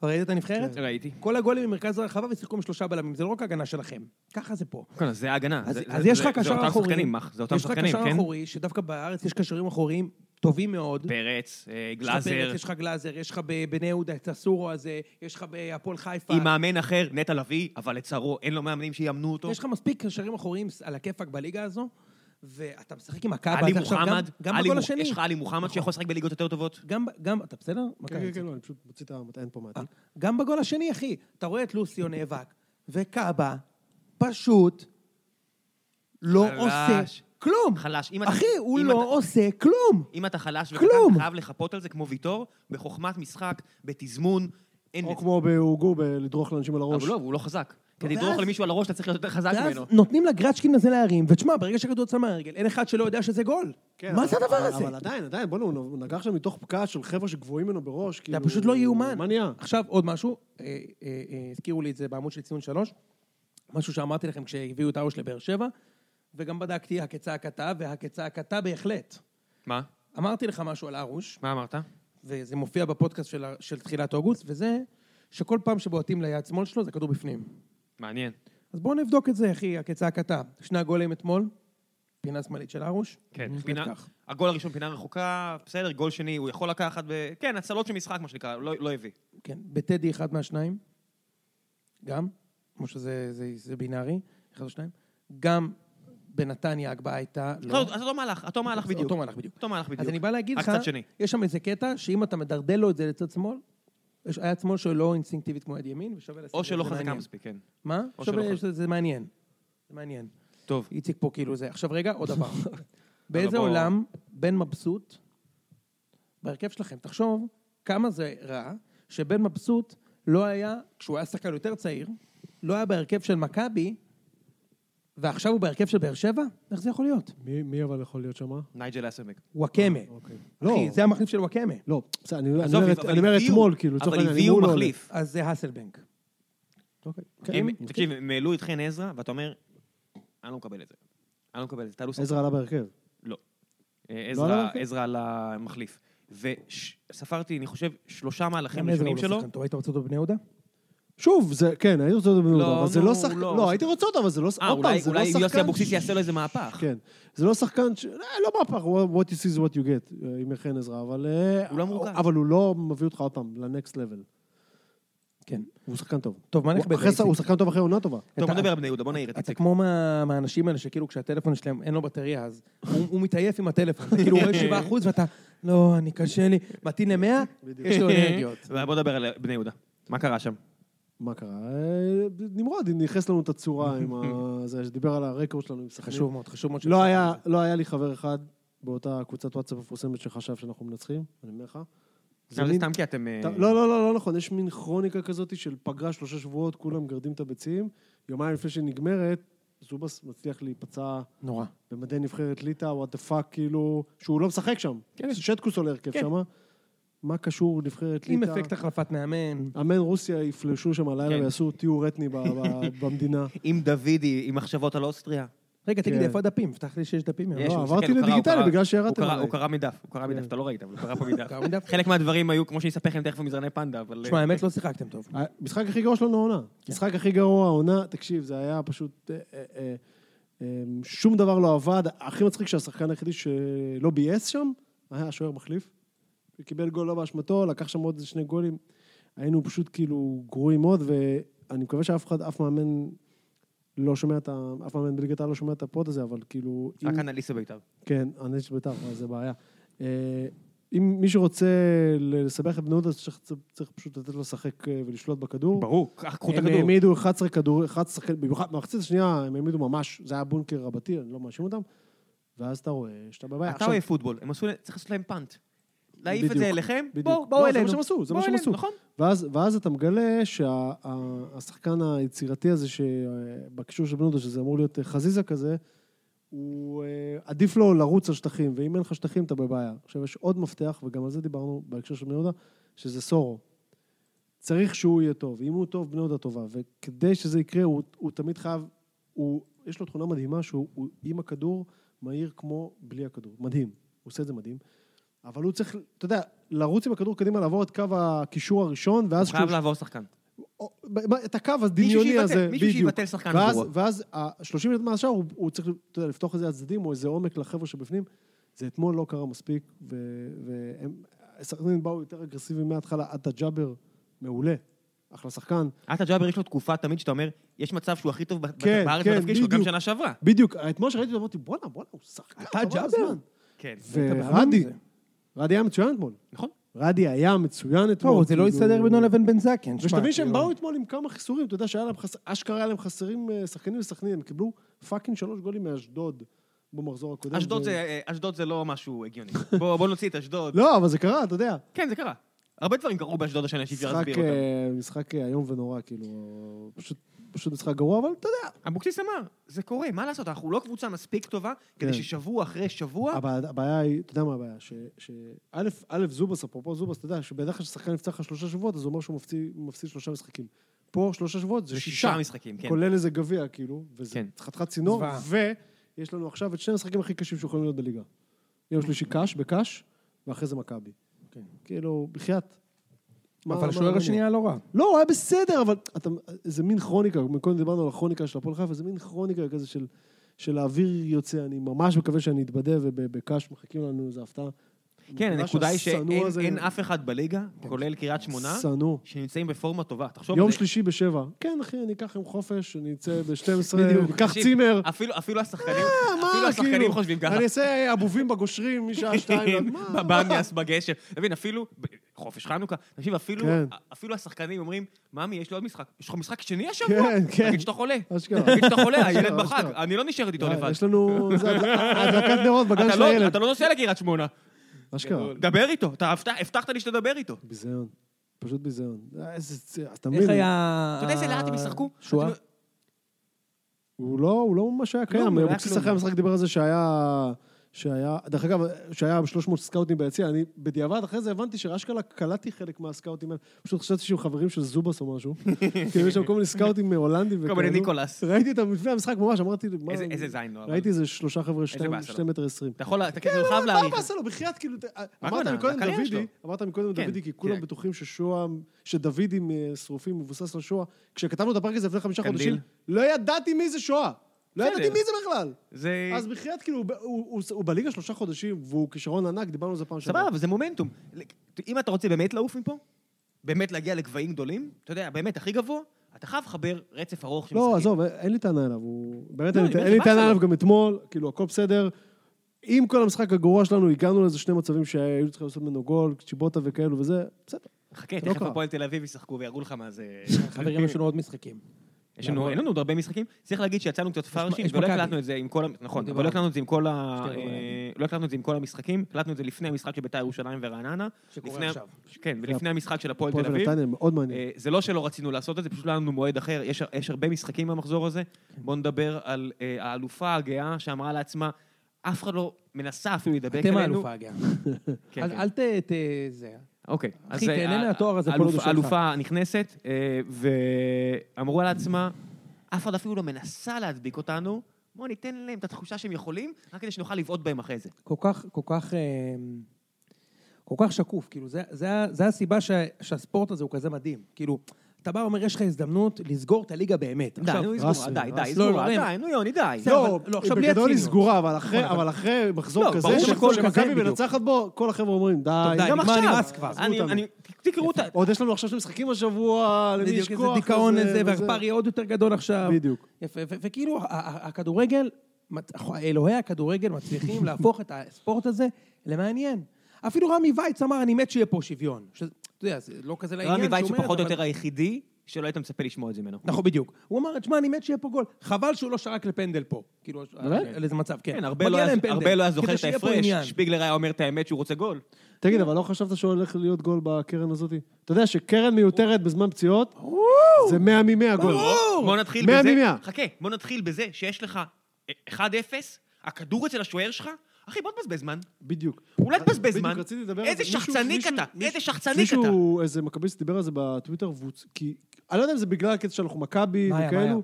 ראית את הנבחרת? ראיתי. כל הגולים ממרכז הרחבה ושיחקו עם שלושה בלמים, זה לא רק הגנה שלכם. ככה זה פה. כן, אז זה ההגנה. אז זה- אז זה- יש לך זה- קשר אחורי. זה אותם שחקנים, מח, זה אותם שחקנים, יש לך קשר כן? אחורי, שדווקא בארץ יש קשרים אחוריים טובים מאוד. פרץ, אה, יש לך פרץ, גלאזר, יש לך גלאזר, יש לך בבני יהודה את הסורו הזה, יש לך בהפועל חיפה. עם מאמן אחר, נטע לביא, אבל לצערו אין לו מאמנים שיאמנו אותו. יש לך מספיק קשרים אחוריים על הכיפאק בליגה הזו, ואתה משחק עם הקאבה. עלי הזה עכשיו, מוחמד, גם- גם עלי בגול מוח- השני. נכון. יש לך עלי מוחמד שיכול לשחק בליגות יותר טובות? גם, גם, אתה בסדר? מה כן, קרה? כן, כן, לא, אני פשוט מוציא את ה... אין פה אה, מעטים. גם בגול השני, אחי, אתה רואה את לוסיו נאבק, וקאבה פשוט לא חלש. עושה כלום. חלש. אם אתה- אחי, הוא אם לא אתה- עושה כלום. אם אתה חלש כלום. וקטן, אתה חייב לחפות על זה כמו ויטור, בחוכמת משחק, בתזמון, אין... או לזה. כמו בהוגו, בלדרוך לאנשים על הראש. אבל לא, הוא לא חזק. כדי ואז- לדרוך למישהו על הראש, אתה צריך להיות יותר חזק ואז ממנו. נותנים לגרצ'קין הזה להרים, ותשמע, ברגע שהכדור יוצא מהרגל, אין אחד שלא יודע שזה גול. כן, מה אבל- זה הדבר אבל- הזה? אבל עדיין, עדיין, בוא'נה, הוא נגח שם מתוך פקעה של חבר'ה שגבוהים ממנו בראש, זה כאילו... פשוט לא יאומן. מה נהיה? עכשיו, עוד משהו, אה, אה, אה, הזכירו לי את זה בעמוד של ציון שלוש, משהו שאמרתי לכם כשהביאו את האוש לבאר שבע, וגם בדקתי הקצה-הקטה, והקצה-הקטה בהחלט. מה? אמרתי לך משהו על ארוש, מה אמרת? וזה מופיע בפודקאסט של, ה- של תחילת אוגוסט, וזה שכל פעם שבועטים ליד שמאל שלו, זה כדור בפנים. מעניין. אז בואו נבדוק את זה, אחי, הקצה-הקטה. שני הגולים אתמול, פינה שמאלית של ארוש. כן, בהחלט פינה... כך. הגול הראשון פינה רחוקה, בסדר, גול שני, הוא יכול לקחת ב... כן, הצלות של משחק, מה שנקרא, לא לא הביא. כן, בטדי אחד מהשניים, גם, כמו שזה זה, זה בינארי, אחד או שניים, גם בנתניה ההגבהה הייתה... לא, אז אותו מהלך, אותו מהלך אותו בדיוק. מהלך בדיוק. אותו מהלך בדיוק. אז אני בא להגיד לך, רק צד שני. יש שם איזה קטע שאם אתה מדרדל לו את זה לצד שמאל, יש- היה שמאל שלא אינסטינקטיבית כמו יד ימין, ושווה לשים או לב, זה שלא חזקה מעניין. מספיק, כן. מה? או עכשיו שלא חזק. זה- זה מעניין. זה מעניין. טוב. איציק פה כאילו זה. עכשיו רגע, עוד דבר. באיזה בוא. עולם בן מבסוט, בהרכב שלכם, תחשוב כמה זה רע שבן מבסוט לא היה, כשהוא היה שחקן יותר צעיר, לא היה בהרכב של מכבי ועכשיו הוא בהרכב של באר שבע? איך זה יכול להיות? מי מי אבל יכול להיות שמה? נייג'ל אסמק. וואקמה. אוקיי. לא, כן. אחי, זה המחליף של וואקמה. לא, בסדר, אני- אני עזוב, אומר את- אבל אני אומר הביאו- אתמול, כאילו, לצורך אבל העניין, אם הביאו הוא לא עולה. מחליף. אז זה האסלבנק. אוקיי, הם- כן. תקשיב, הם העלו את חן עזרא, ואתה אומר, אני לא מקבל את זה. אני לא מקבל את זה, תעלו שחקן. עזרא עלה בהרכב. לא. אה, לא על עזרא, המחליף? עזרא על המחליף. וספרתי, אני חושב, שלושה מהלכים גם עזרא הוא ראשונים לא שלו. שחקן טוב, היית רוצה אותו בבני יהודה? שוב, זה, כן, הייתי רוצה אותו בבני לא, יהודה, אבל זה נו, לא שחקן, לא. לא, הייתי רוצה אותו, אבל זה לא, אה, עוד אולי פעם, זה לא אולי שחקן... יוסי אבוקסיס ש- יעשה לו איזה מהפך. כן. זה לא שחקן, ש- לא, לא מהפך, הוא- what you see is what you get, אה, עם חן עזרא, אבל... אה, הוא לא מורכב. אבל הוא לא מביא אותך עוד פעם, לנקסט לבל. כן. הוא שחקן טוב. טוב, מה הוא- נכבד? אחרי ש- הוא שחקן טוב אחרי עונה טובה. טוב, אתה- בוא נדבר על בני יהודה, בוא נעיר את אתה איציק. כמו מה- מהאנשים האלה שכאילו כשהטלפון שלהם אין לו בטריה, אז הוא הוא מתעייף עם הטלפון. כאילו הוא רואה 7 אחוז ואתה, לא, אני קשה לי. מתאים ל-100, יש לו אנרגיות. בוא נדבר על בני יהודה. מה קרה שם? מה קרה? אה, נמרוד ניכס לנו את הצורה עם ה... זה שדיבר על הרקורד שלנו עם סכנין. חשוב מאוד, חשוב מאוד. לא היה, לא היה לי חבר אחד באותה קבוצת וואטסאפ מפורסמת שחשב שאנחנו מנצחים, אני אומר לך. זה מין- סתם כי אתם... אה, אתה- לא, לא, לא, לא נכון, יש מין כרוניקה כזאת של פגרה שלושה שבועות, כולם מגרדים את הביצים, יומיים לפני שנגמרת, זובס מצליח להיפצע נורא. במדי נבחרת ליטא, וואט דה פאק, כאילו, שהוא לא משחק שם. כן. שטקוס עולה הרכב כן. שמה. מה קשור נבחרת עם ליטא? אפקט החלפת מאמן. אמן רוסיה יפלשו שם הלילה כן. ויעשו טיור אתני ב- ב- במדינה. עם דוידי, עם מחשבות על אוסטריה. רגע, תגיד, כן. איפה הדפים? הבטח לי שיש דפים. יש, הוא לא, עברתי מסתכל, הוא קרא, לדיגיטלי הוא קרא. בגלל שירדתם הוא קרא- עליי. כן. הוא קרא מדף, הוא קרא מדף, אתה לא ראית, אבל הוא קרא פה מדף. קרא מדף. חלק מהדברים היו, כמו שאני אספר לכם תכף במזרני פנדה, אבל... אה, תשמע, האמת, לא שיחקתם טוב. המשחק הכי גרוע שלנו העונה. המשחק הכי גרוע העונה, תקשיב, זה היה פשוט... אה, אה, אה, אה, שום דבר לא עבד. הכי מצחיק שהשחקן היחידי שלא ביאס שם, היה השוער מחליף. הוא קיבל גול לא באשמתו, לקח שם עוד איזה שני גולים. היינו פשוט כאילו גרועים מאוד, ואני מקווה שאף אחד, אף מאמן לא שומע את ה... אף מאמן בליגת העל לא שומע את הפוד הזה, אבל כאילו... אם- רק אנליסט בית"ר. כן, הנס של בית"ר, אבל זה בעיה. אה, אם מישהו רוצה לסבך את בני יהודה, אז צריך, צריך פשוט לתת לו לשחק אה, ולשלוט בכדור. ברור, קח- קחו את הם אה, הכדור. העמידו 11 כדור, 11 שחקנים, במיוחד במחצית השנייה, הם העמידו ממש, זה היה בונקר רבתי, אני לא מאשים אותם, ואז אתה רואה שאתה בבעיה. אתה עכשיו, אוהב פוטבול, הם עשו, צריך לעשות להם פאנט. להעיף את בדיוק, זה אליכם, בדיוק. בואו, לא, בואו זה אלינו. מה שהם עשו, זה מה בואו שהם אלינו, עשו. נכון? ואז, ואז אתה מגלה שהשחקן היצירתי הזה שבקישור של בני יהודה, שזה אמור להיות אה, חזיזה כזה, הוא אה, עדיף לו לרוץ על שטחים, ואם אין לך שטחים אתה בבעיה. עכשיו יש עוד מפתח, וגם על זה דיברנו בהקשר של בני יהודה, שזה סורו. צריך שהוא יהיה טוב, אם הוא טוב, בני יהודה טובה, וכדי שזה יקרה, הוא, הוא תמיד חייב, הוא, יש לו תכונה מדהימה שהוא הוא, עם הכדור מהיר כמו בלי הכדור, מדהים, הוא עושה את זה מדהים, אבל הוא צריך, אתה יודע, לרוץ עם הכדור קדימה, לעבור את קו הקישור הראשון, ואז הוא חייב לעבור שחקן. או- ב- ב- את הקו הדמיוני שיבטל, הזה, בדיוק. מישהו שיבטל שחקן ואז- עבורו. ואז ה-30 מטר מהשאר, הוא- הוא צריך, אתה יודע, לפתוח איזה הצדדים או איזה עומק לחבר'ה שבפנים. זה אתמול לא קרה מספיק, ו- והם, סכנין באו יותר אגרסיביים מההתחלה, עטה ג'אבר, מעולה, אחלה שחקן. עטה ג'אבר יש לו תקופה תמיד שאתה אומר, יש מצב שהוא הכי טוב ב- כן, בארץ כן, בתפקיד שלו, גם בדיוק. שנה שעברה. בדיוק, אתמול שראיתי אותו אמרתי, בואנה, בואנה, הוא שחקן, עטה חבל על ג'אבר? הזמן." כן. ורדי, זה. רדי היה מצוין אתמול. נכון. רדי היה מצוין אתמול. טוב, זה לא כאילו- הסתדר בינו לבין בן זקן. תשמע, ושתבין שהם כאילו, באו אתמול עם כמה חיסורים, אתה יודע שהיה להם חס... אשכרה היה להם חסרים אה, שחקנים וסכנין, הם קיבלו פאקינג שלוש גולים מאשדוד במחזור הקודם. אשדוד ו- זה- אה, אשדוד זה לא משהו הגיוני. בואו בואו נוציא את אשדוד. לא, אבל זה קרה, אתה יודע. כן, זה קרה. הרבה דברים קרו באשדוד השנה שאי אפשר משחק, להסביר אותם. אה, משחק אה, איום ונורא, כאילו, פשוט, פשוט משחק גרוע, אבל אתה יודע. אבוקסיס אמר, זה קורה, מה לעשות, אנחנו לא קבוצה מספיק טובה כדי כן. ששבוע אחרי שבוע... אבל הבעיה היא, אתה יודע מה הבעיה? ש... ש... א', א', זובס, אפרופו זובס, אתה יודע, שבדרך כלל כששחקן נפצע לך שלושה שבועות, אז הוא אומר שהוא מפציע- מפסיד שלושה משחקים. פה שלושה שבועות זה זה שישה. שישה משחקים, כן. כולל איזה גביע, כאילו, וזה כן. חתיכת צינור, זוועה. ויש לנו עכשיו את שני המשחקים הכי קשים שיכולים להיות בליגה. יום שלישי קאש, בקאש, ואחרי זה מכבי. כן. כאילו, בחייאת. מה- מה אבל השוער מעניין? השני היה לא רע. לא, הוא היה בסדר, אבל אתה, זה מין כרוניקה, קודם דיברנו על הכרוניקה של הפועל חיפה, זה מין כרוניקה כזה של, של האוויר יוצא, אני ממש מקווה שאני אתבדה, ובקאש מחכים לנו איזה הפתעה. כן, מקווה הנקודה היא שהשנוא שאין הזה- אין אף אחד בליגה, כולל קריית שמונה, שנוא. שנמצאים בפורמה טובה. תחשוב על יום זה. שלישי בשבע. כן, אחי, אני אקח עם חופש, אני אצא ב-12, בדיוק. ניקח תקשיב, צימר. אפילו אפילו השחקנים מה, אפילו השחקנים כאילו, חושבים ככה. כן, אני אעשה אבובים בגושרים משעה שתיים. מה, מה? בבניאס, בגשר. אתה מבין, אפילו, ב- חופש חנוכה, תקשיב, אפילו כן. אפילו השחקנים אומרים, ממי, יש לי עוד משחק. יש לך משחק שני השבוע? כן, כן. תגיד שאתה חולה. אשכרה. תגיד שאתה חולה, הילד אשכרה, בחג. אשכרה. אני לא נשארת איתו די, לבד. אה, יש לנו... זה הדלק- הדלקת נרות בגן אתה של לא- הילד. אתה לא נוסע לקריית שמונה. אשכרה. דבר איתו. אתה הבטח- הבטחת לי שתדבר איצו. ביזיון. פשוט ביזיון. אה, איזה... אז אתה מבין. איך היה... אתה יודע איזה לאט הם ישחקו? שואה? אתה- הוא לא, הוא לא ממש היה קיים. הוא לא היה אבוקסיס כלום. אחרי המשחק דיבר על זה שהיה... שהיה, דרך אגב, שהיה 300 סקאוטים ביציע, אני בדיעבד אחרי זה הבנתי שאשכרה קלטתי חלק מהסקאוטים האלה, פשוט חשבתי שהם חברים של זובס או משהו. כאילו יש שם כל מיני סקאוטים הולנדים מיני וכאלו. ניקולס. ראיתי אותם לפני המשחק ממש, אמרתי, מה- איזה- איזה זין לו, אבל. ראיתי איזה שלושה חבר'ה, שתיים- באסה לא. לו. שתי מטר עשרים. אתה יכול, אתה כן, כאילו חייב אבל להעריך. מה עשה לו? בחייאת, כאילו, ת- אמרת הכוונה? מקודם לקריירה שלו. דוידי, אמרת מקודם כן, דוידי, כי כולם כן. בטוחים ששוהם, שדוידי משרופים מבוסס על שואה. כשכתבנו את הפרק הזה לפני חמישה קנדיל. חודשים, לא ידעתי מי זה שואה. לא בסדר. אה. ידעתי מי זה בכלל. זה... אז בחייאת, כאילו, הוא- הוא- הוא- הוא בליגה שלושה חודשים, והוא כישרון ענק, דיברנו על זה פעם שעברה. סבבה, אבל זה מומנטום. אם אתה רוצה באמת לעוף מפה, באמת להגיע לגבהים גדולים, אתה יודע, באמת הכי גבוה, אתה חייב לחבר רצף ארוך של משחקים. לא, עזוב, אין לי טענה אליו. הוא- באמת, לא, אין אני לי- אומר, אין לי זה טענה באסה אליו לו. גם אתמול, כאילו, הכל בסדר. עם כל המשחק הגרוע שלנו, הגענו לאיזה שני מצבים שהיו צריכים לעשות ממנו גול, צ'יבוטה וכאלו וזה, בסדר. חכה, זה לא תכף קרה. הפועל תל אביב ישחקו ויראו לך מה זה... חברים, יש לנו עוד משחקים. יש לנו, אין לנו עוד הרבה משחקים. צריך להגיד שיצאנו קצת פרשים, יש ולא מכבי. הקלטנו את זה עם כל ה... נכון, אבל דיברנו. לא הקלטנו את זה עם כל ה... שתי רבעים. אה, לא הקלטנו את זה עם כל המשחקים, הקלטנו את זה לפני המשחק של בית"ר ירושלים ורעננה. שקורה לפני ה- עכשיו. כן, ולפני המשחק של הפועל הפועל תל אביב. ונתניה, מאוד מעניין. אה, זה לא שלא רצינו לעשות את זה, פשוט לא היה לנו מועד אחר. יש, יש הרבה משחקים במחזור הזה. כן. בואו נדבר על אה, האלופה הגאה שאמרה לעצמה, אף אחד לא מנסה אפילו להידבק אתם אלינו. האלופה הגאה. כן, אז כן. אל ת... ת- זה. אוקיי. אחי, אז, אה, תהנה ה- מהתואר הזה, כל האלוף- עוד הוא שלך. האלופה נכנסת, אה, ואמרו על עצמה, אף אחד אפילו לא מנסה להדביק אותנו, בואו ניתן להם את התחושה שהם יכולים, רק כדי שנוכל לבעוט בהם אחרי זה. כל כך, כל כך, אה, כל כך שקוף, כאילו, זה, זה, ה- זה הסיבה ש, שהספורט הזה הוא כזה מדהים. כאילו, אתה בא ואומר, יש לך הזדמנות לסגור את הליגה באמת. די, נו, היא סגורה, רסמי, די, די, היא לא, לא, סגורה, ראם. די, נו, יוני, די. זה- לא, אבל- לא, עכשיו בלי בגדול היא הציניות. סגורה, אבל אחרי- נכון, אבל אחרי מחזור לא, ברור כזה, שכל שמכבי כזה, מנצחת בו, כל החבר'ה אומרים, די, טוב, די, גם נגמר, עכשיו, נמאס כבר, עזבו אני- אותנו. אני- תקראו את ה... עוד יש לנו עכשיו שני משחקים השבוע, למי יש בדיוק, איזה כוח? דיכאון לזה הזה, וזה. והפער יהיה עוד יותר גדול עכשיו. בדיוק. יפה, ו- וכאילו, ה- ה- הכדורגל, מצ- אלוהי הכדורגל מצליחים להפוך את הספורט הזה למעניין. אפילו רמי וייץ אמר, אני מת שיהיה פה שוויון. שזה- אתה יודע, זה לא כזה לעניין. רמי שהוא וייץ הוא מת, פחות או אבל- יותר היחידי שלא היית מצפה לשמוע את זה ממנו. נכון, בדיוק. הוא אמר, תשמע, אני מת שיהיה פה גול. חבל שהוא לא שרק לפנדל פה. כאילו, על איזה מצב, כן. אה, כן, הרבה מגיע לא היה- להם פנדל, הרבה לא היה זוכר כדי את שיהיה פה ההפרש, עניין. שפיגלר היה אומר את האמת שהוא רוצה גול. תגיד, אבל לא חשבת שהולך להיות גול בקרן הזאת? אתה יודע שקרן מיותרת בזמן פציעות, זה 100 מ-100 גול. בוא נתחיל 100 בזה, מ-100. חכה, בוא נתחיל בזה שיש לך אה, 1-0, הכדור אצל השוער שלך, אחי, בוא תבזבז זמן. בדיוק. אולי תבזבז בדיוק, לא זמן. רציתי לדבר על איזה זה. מישהו- שחצניק מישהו- אתה, מישהו- איזה שחצניק אתה. מישהו, איזה מכביסט דיבר על זה בטוויטר, והוא צ- כי... אני לא יודע אם זה בגלל הקטע שאנחנו מכבי מה היה, מה וכאלו.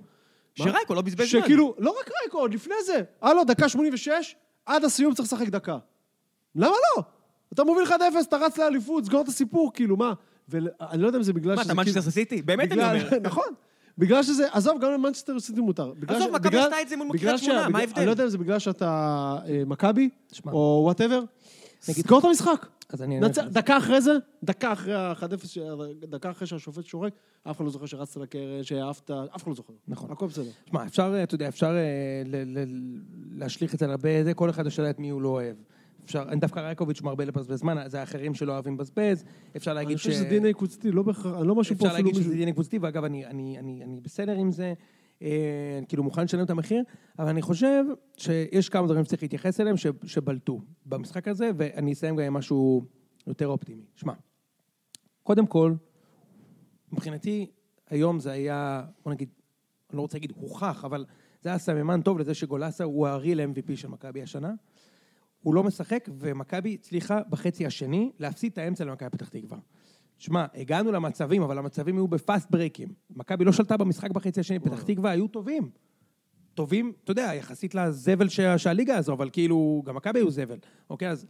שרייקו לא בזבז זמן. שכאילו, לא רק רייקו, עוד לפני זה. הלו, דקה 86, עד הסיום צריך לשחק דקה. למה לא? אתה מוביל 1-0, אתה רץ לאליפות, סגור את הסיפור, כאילו, מה? ואני לא יודע אם זה בגלל מה, שזה... אתה כאילו- מנצ'סטר סיטי? באמת אני בגלל- אומר. נכון. בגלל שזה, עזוב, גם למנצ'סטר סיטי מותר. בגלל עזוב, ש- מכבי בגלל- עשתה את זה מול בגלל קריית שמונה, שה- מה בגלל- ההבדל? אני לא יודע אם זה בגלל שאתה אה, מכבי, שמע. או וואטאבר. נגיד- סגור את המשחק. אז אני... נצ- דקה אחרי זה, דקה אחרי ה-1-0, ש- דקה אחרי שהשופט שורק, אף אחד לא זוכר שרצת לקרן, שהעפת, אף אחד לא זוכר. נכון. הכל בסדר. שמע, אפשר, אתה יודע, אפשר אה, ל- ל- להשליך את זה על הרבה, זה כל אחד השאלה את מי הוא לא אוהב. אפשר, אני דווקא רייקוביץ' מרבה לבזבז זמן, זה האחרים שלא אוהבים לבזבז, אפשר אני להגיד ש... חושב שזה דנ"א קבוצתי, לא בהכרח, אני לא משהו פה אפשר אפילו להגיד שזה מישהו... דנ"א קבוצתי, ואגב, אני, אני, אני, אני בסדר עם זה, אה, כאילו מוכן לשלם את המחיר, אבל אני חושב שיש כמה דברים שצריך להתייחס אליהם ש, שבלטו במשחק הזה, ואני אסיים גם עם משהו יותר אופטימי. שמע, קודם כל, מבחינתי, היום זה היה, בוא נגיד, אני לא רוצה להגיד הוכח, אבל זה היה סממן טוב לזה שגולסה הוא הריל MVP של מכבי השנה. הוא לא משחק, ומכבי הצליחה בחצי השני להפסיד את האמצע למכבי פתח תקווה. שמע, הגענו למצבים, אבל המצבים היו בפאסט ברייקים. מכבי לא שלטה במשחק בחצי השני, פתח תקווה היו טובים. טובים, אתה יודע, יחסית לזבל שה, שהליגה הזו, אבל כאילו, גם מכבי היו זבל, אוקיי? אז...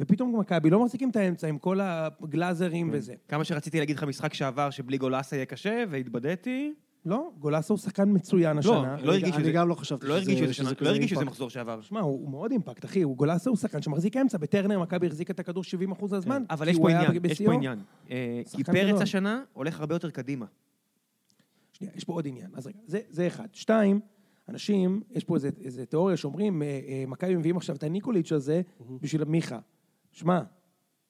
ופתאום מכבי לא מחזיקים את האמצע עם כל הגלאזרים כן. וזה. כמה שרציתי להגיד לך משחק שעבר שבלי גולאסה יהיה קשה, והתבדיתי. לא, גולסה הוא שחקן מצוין השנה. לא הרגיש אני שזה- גם לא חשבתי לא הרגישו שזה שזה- כזה כן. לא הרגישו שזה אימפקט. מחזור שעבר. שמע, הוא, הוא מאוד אימפקט, אחי. הוא גולסה הוא שחקן שמחזיק אמצע. בטרנר מכבי החזיקה את הכדור 70 אחוז מהזמן. כן. אבל כי יש הוא פה היה עניין, יש בשיאו. פה עניין. אה, כי שחקן פרץ גדול. השנה הולך הרבה יותר קדימה. שנייה, יש פה עוד עניין. אז רגע, זה, זה אחד. שתיים, אנשים, יש פה איזה, איזה תיאוריה שאומרים, אה, אה, מכבי מביאים עכשיו את הניקוליץ' הזה בשביל מיכה. שמע,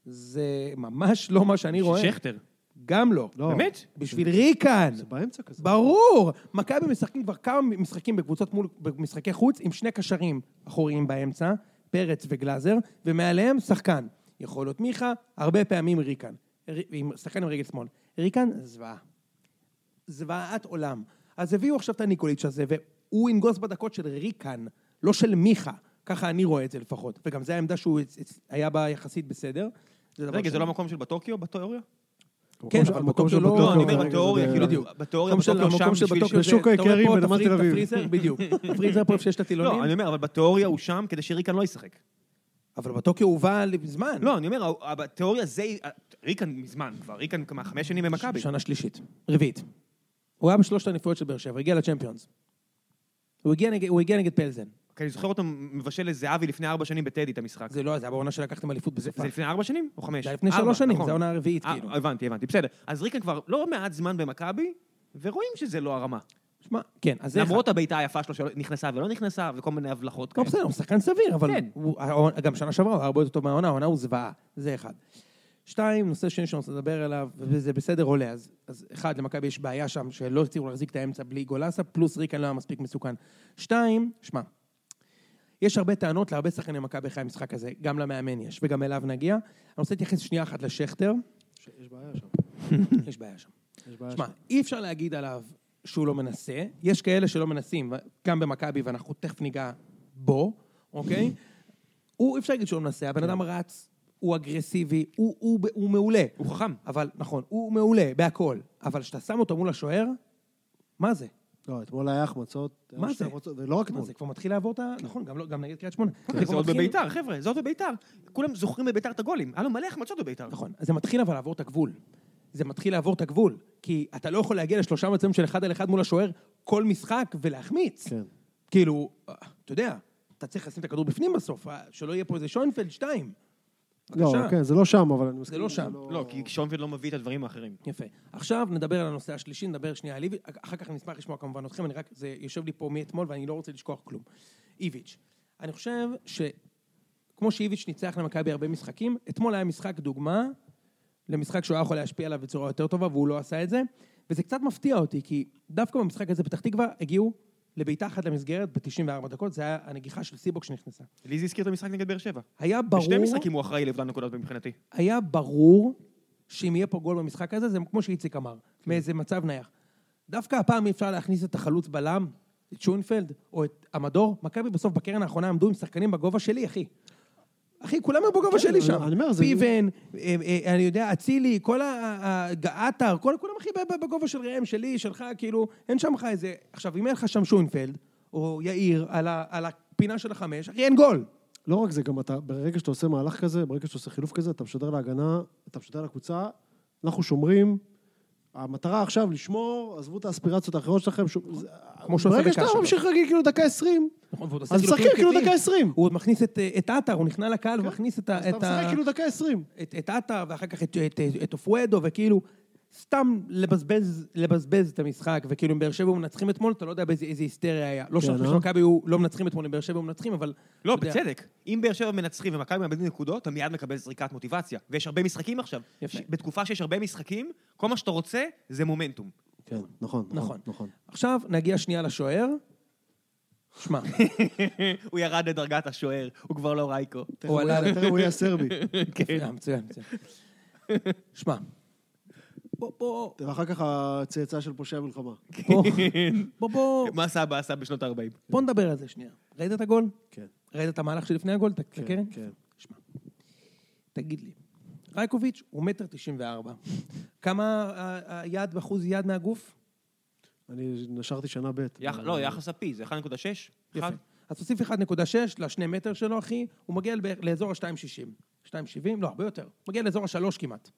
זה ממש לא מה שאני רואה. שכטר. גם לא. לא. באמת? בשביל ריקן. זה באמצע כזה. ברור! מכבי משחקים כבר כמה משחקים בקבוצות מול, במשחקי חוץ, עם שני קשרים אחוריים באמצע, פרץ וגלאזר, ומעליהם שחקן. יכול להיות מיכה, הרבה פעמים ריקן. ר- עם שחקן עם רגל שמאל. ריקן, זוועה. זוועת עולם. אז הביאו עכשיו את הניקוליץ' הזה, הוא ינגוס בדקות של ריקן, לא של מיכה. ככה אני רואה את זה לפחות. וגם זו העמדה שהוא הצ- הצ- היה בה יחסית בסדר. זה דבר רגע, זה שני. לא המקום של בטוקיו, בטוריה? כן, המקום אבל של- מקום המקום של שלא- לא, בטוקיו אני כרגע אומר, זה בתיאוריה, ב- כאילו, בטוריה, המקום של- בטוקיו שם המקום של בשביל בטוקיו ש... זה- בשוק אתה רואה האיכרים בנמל פה, תפריט- תל אביב. תפריזר, בדיוק. הפריזר פה איפה שיש את הטילונים. לא, אני אומר, אבל בטוריה הוא שם כדי שריקן לא ישחק. אבל בטוקיו הובא לזמן. לא, אני אומר, ה- ה- בתיאוריה זה... ריקן מזמן כבר, ריקן כמה, חמש שנים במכבי. שנה שלישית. רביעית. הוא היה בשלושת הנפויות של באר שבע, הגיע לצ'מפיונס. הוא הגיע נגד- הוא הגיע נגד פלזן. כי אני זוכר אותו מבשל לזהבי לפני ארבע שנים בטדי את המשחק. זה לא, זה היה בעונה שלקחתם אליפות בסופה. זה לפני ארבע שנים או חמש? זה היה לפני ארבע, שלוש שנים, נכון. זה העונה הרביעית, אה, כאילו. הבנתי, הבנתי, בסדר. אז ריקן כבר לא מעט זמן במכבי, ורואים שזה לא הרמה. שמע, כן, אז זה אחד. למרות הבעיטה היפה שלו שנכנסה ולא נכנסה, וכל מיני הבלחות לא, כאלה. בסדר, הוא שחקן סביר, אבל כן. הוא- העונה- גם שנה שעברה הוא היה הרבה יותר טוב מהעונה, העונה הוא זוועה, זה אחד. שתיים, נושא שני שאני רוצה לדבר עליו, וזה בסדר עולה, אז, אז אחד, למכבי יש בעיה שם, שלא הצליחו להחזיק את האמצע בלי גולסה, פלוס ריקן לא היה מספיק מסוכן. שתיים, שמע, יש הרבה טענות להרבה שחקני מכבי אחרי המשחק הזה, גם למאמן יש, וגם אליו נגיע. אני רוצה להתייחס שנייה אחת לשכטר, ש- יש בעיה שם. יש בעיה שם. יש בעיה שמע, שם. אי אפשר להגיד עליו שהוא לא מנסה. יש כאלה שלא מנסים, גם במכבי, ואנחנו תכף ניגע בו, אוקיי? הוא, אי אפשר להגיד שהוא לא מנסה, הבן אדם רץ, הוא אגרסיבי, הוא, הוא, הוא, הוא מעולה. הוא חכם. אבל, נכון, הוא מעולה, בהכל. אבל כשאתה שם אותו מול השוער, מה זה? לא, אתמול היה החמצות. היה מה שתי זה? החמצות, ולא רק מה אתמול. זה? כבר מתחיל לעבור את ה... נכון, גם, לא, גם נגד קריית שמונה. כן, זה כבר עוד מתחיל- בביתר, חבר'ה, זה עוד בביתר. כולם זוכרים בביתר את הגולים. היה לו מלא החמצות בביתר. נכון, אז זה מתחיל אבל לעבור את הגבול. זה מתחיל לעבור את הגבול. כי אתה לא יכול להגיע לשלושה מצבים של אחד על אחד מול השוער כל משחק ולהחמיץ. כן. כאילו, אה, אתה יודע, אתה צריך לשים את הכדור בפנים בסוף, אה, שלא יהיה פה איזה שוינפלד שתיים. לא, בבקשה. כן, זה לא שם, אבל אני מסכים. זה לא שם. לא, כי שונפלד לא מביא את הדברים האחרים. יפה. עכשיו נדבר על הנושא השלישי, נדבר שנייה על איביץ', אחר כך אני אשמח לשמוע כמובן אתכם, אני רק, זה יושב לי פה מאתמול ואני לא רוצה לשכוח כלום. איביץ', אני חושב שכמו שאיביץ' ניצח למכבי הרבה משחקים, אתמול היה משחק דוגמה למשחק שהוא היה יכול להשפיע עליו בצורה יותר טובה והוא לא עשה את זה, וזה קצת מפתיע אותי, כי דווקא במשחק הזה פתח תקווה הגיעו לבעיטה אחת למסגרת ב-94 דקות, זה היה הנגיחה של סיבוק שנכנסה. לי זה הזכיר את המשחק נגד באר שבע. היה ברור... בשתי משחקים הוא אחראי לאובדן נקודות מבחינתי. היה ברור שאם יהיה פה גול במשחק הזה, זה כמו שאיציק אמר, מאיזה מצב נייח. דווקא הפעם אי אפשר להכניס את החלוץ בלם, את שונפלד, או את המדור. מכבי בסוף בקרן האחרונה עמדו עם שחקנים בגובה שלי, אחי. אחי, כולם היו בגובה כן, שלי אני- שם. אני אומר, זה- פיבן, אה, אה, אני יודע, אצילי, כל ה- ה... ה- עטר, כל- כולם הכי בגובה של ראם, שלי, שלך, כאילו, אין שם לך איזה... עכשיו, אם אין לך שם שונפלד, או יאיר, על ה- על הפינה של החמש, אחי, אין גול. לא רק זה, גם אתה, ברגע שאתה עושה מהלך כזה, ברגע שאתה עושה חילוף כזה, אתה משדר להגנה, אתה משדר לקבוצה, אנחנו שומרים. המטרה עכשיו לשמור, עזבו את האספירציות האחרות שלכם. ש... כמו שעושה ברגע בקאש, שאתה אגב. ממשיך להגיד כאילו דקה 20, נכון, ועוד עושה אז חילופים משחקים כאילו התקפיים. דקה 20. הוא עוד מכניס את, אה, את עטר, הוא נכנע לקהל ומכניס את ה- כן, אז אתה את ה- משחק כאילו דקה 20. את- את עטר, ואחר כך את- את- את אופואדו, וכאילו, סתם לבזבז לבזבז את המשחק, וכאילו אם באר שבע היו מנצחים אתמול, אתה לא יודע באיזה איזה היסטריה היה. לא אה? שמכבי היו לא מנצחים אתמול, אם באר שבע היו מנצחים, אבל... לא, אתה יודע, בצדק. אם באר שבע מנצחים ומכבי מאבדים נקודות, אתה מיד מקבל זריקת מוטיבציה. ויש הרבה משחקים עכשיו. יפה. ש- בתקופה שיש הרבה משחקים, כל מה שאתה רוצה זה מומנטום. כן, נכון, נכון. עכשיו נגיע שנייה לשוער. שמע, הוא ירד לדרגת השוער, הוא כבר לא רייקו. תכף הוא יהיה- תכף הוא כן. יהיה סרבי. יפה, כן, מצוין, מצוין. שמע, בוא, בוא, ואחר כך הצאצא של פושעי המלחמה. בוא, בוא, בוא, מה סבא עשה בשנות ה-40? בוא נדבר על זה שנייה. ראית את הגול? כן. ראית את המהלך שלפני הגול? את כן, הקרן? כן. שמע, תגיד לי, רייקוביץ' הוא מטר תשעים וארבע. כמה ה- היד, אחוז יד מהגוף? אני נשארתי שנה ב'. יח- לא, יחס הפי, זה 1.6? יפה. אחד? אז תוסיף 1.6 לשני מטר שלו, אחי, הוא מגיע לבע- לאזור ה-2.60. 2.70? לא, הרבה יותר. מגיע לאזור ה-3 כמעט.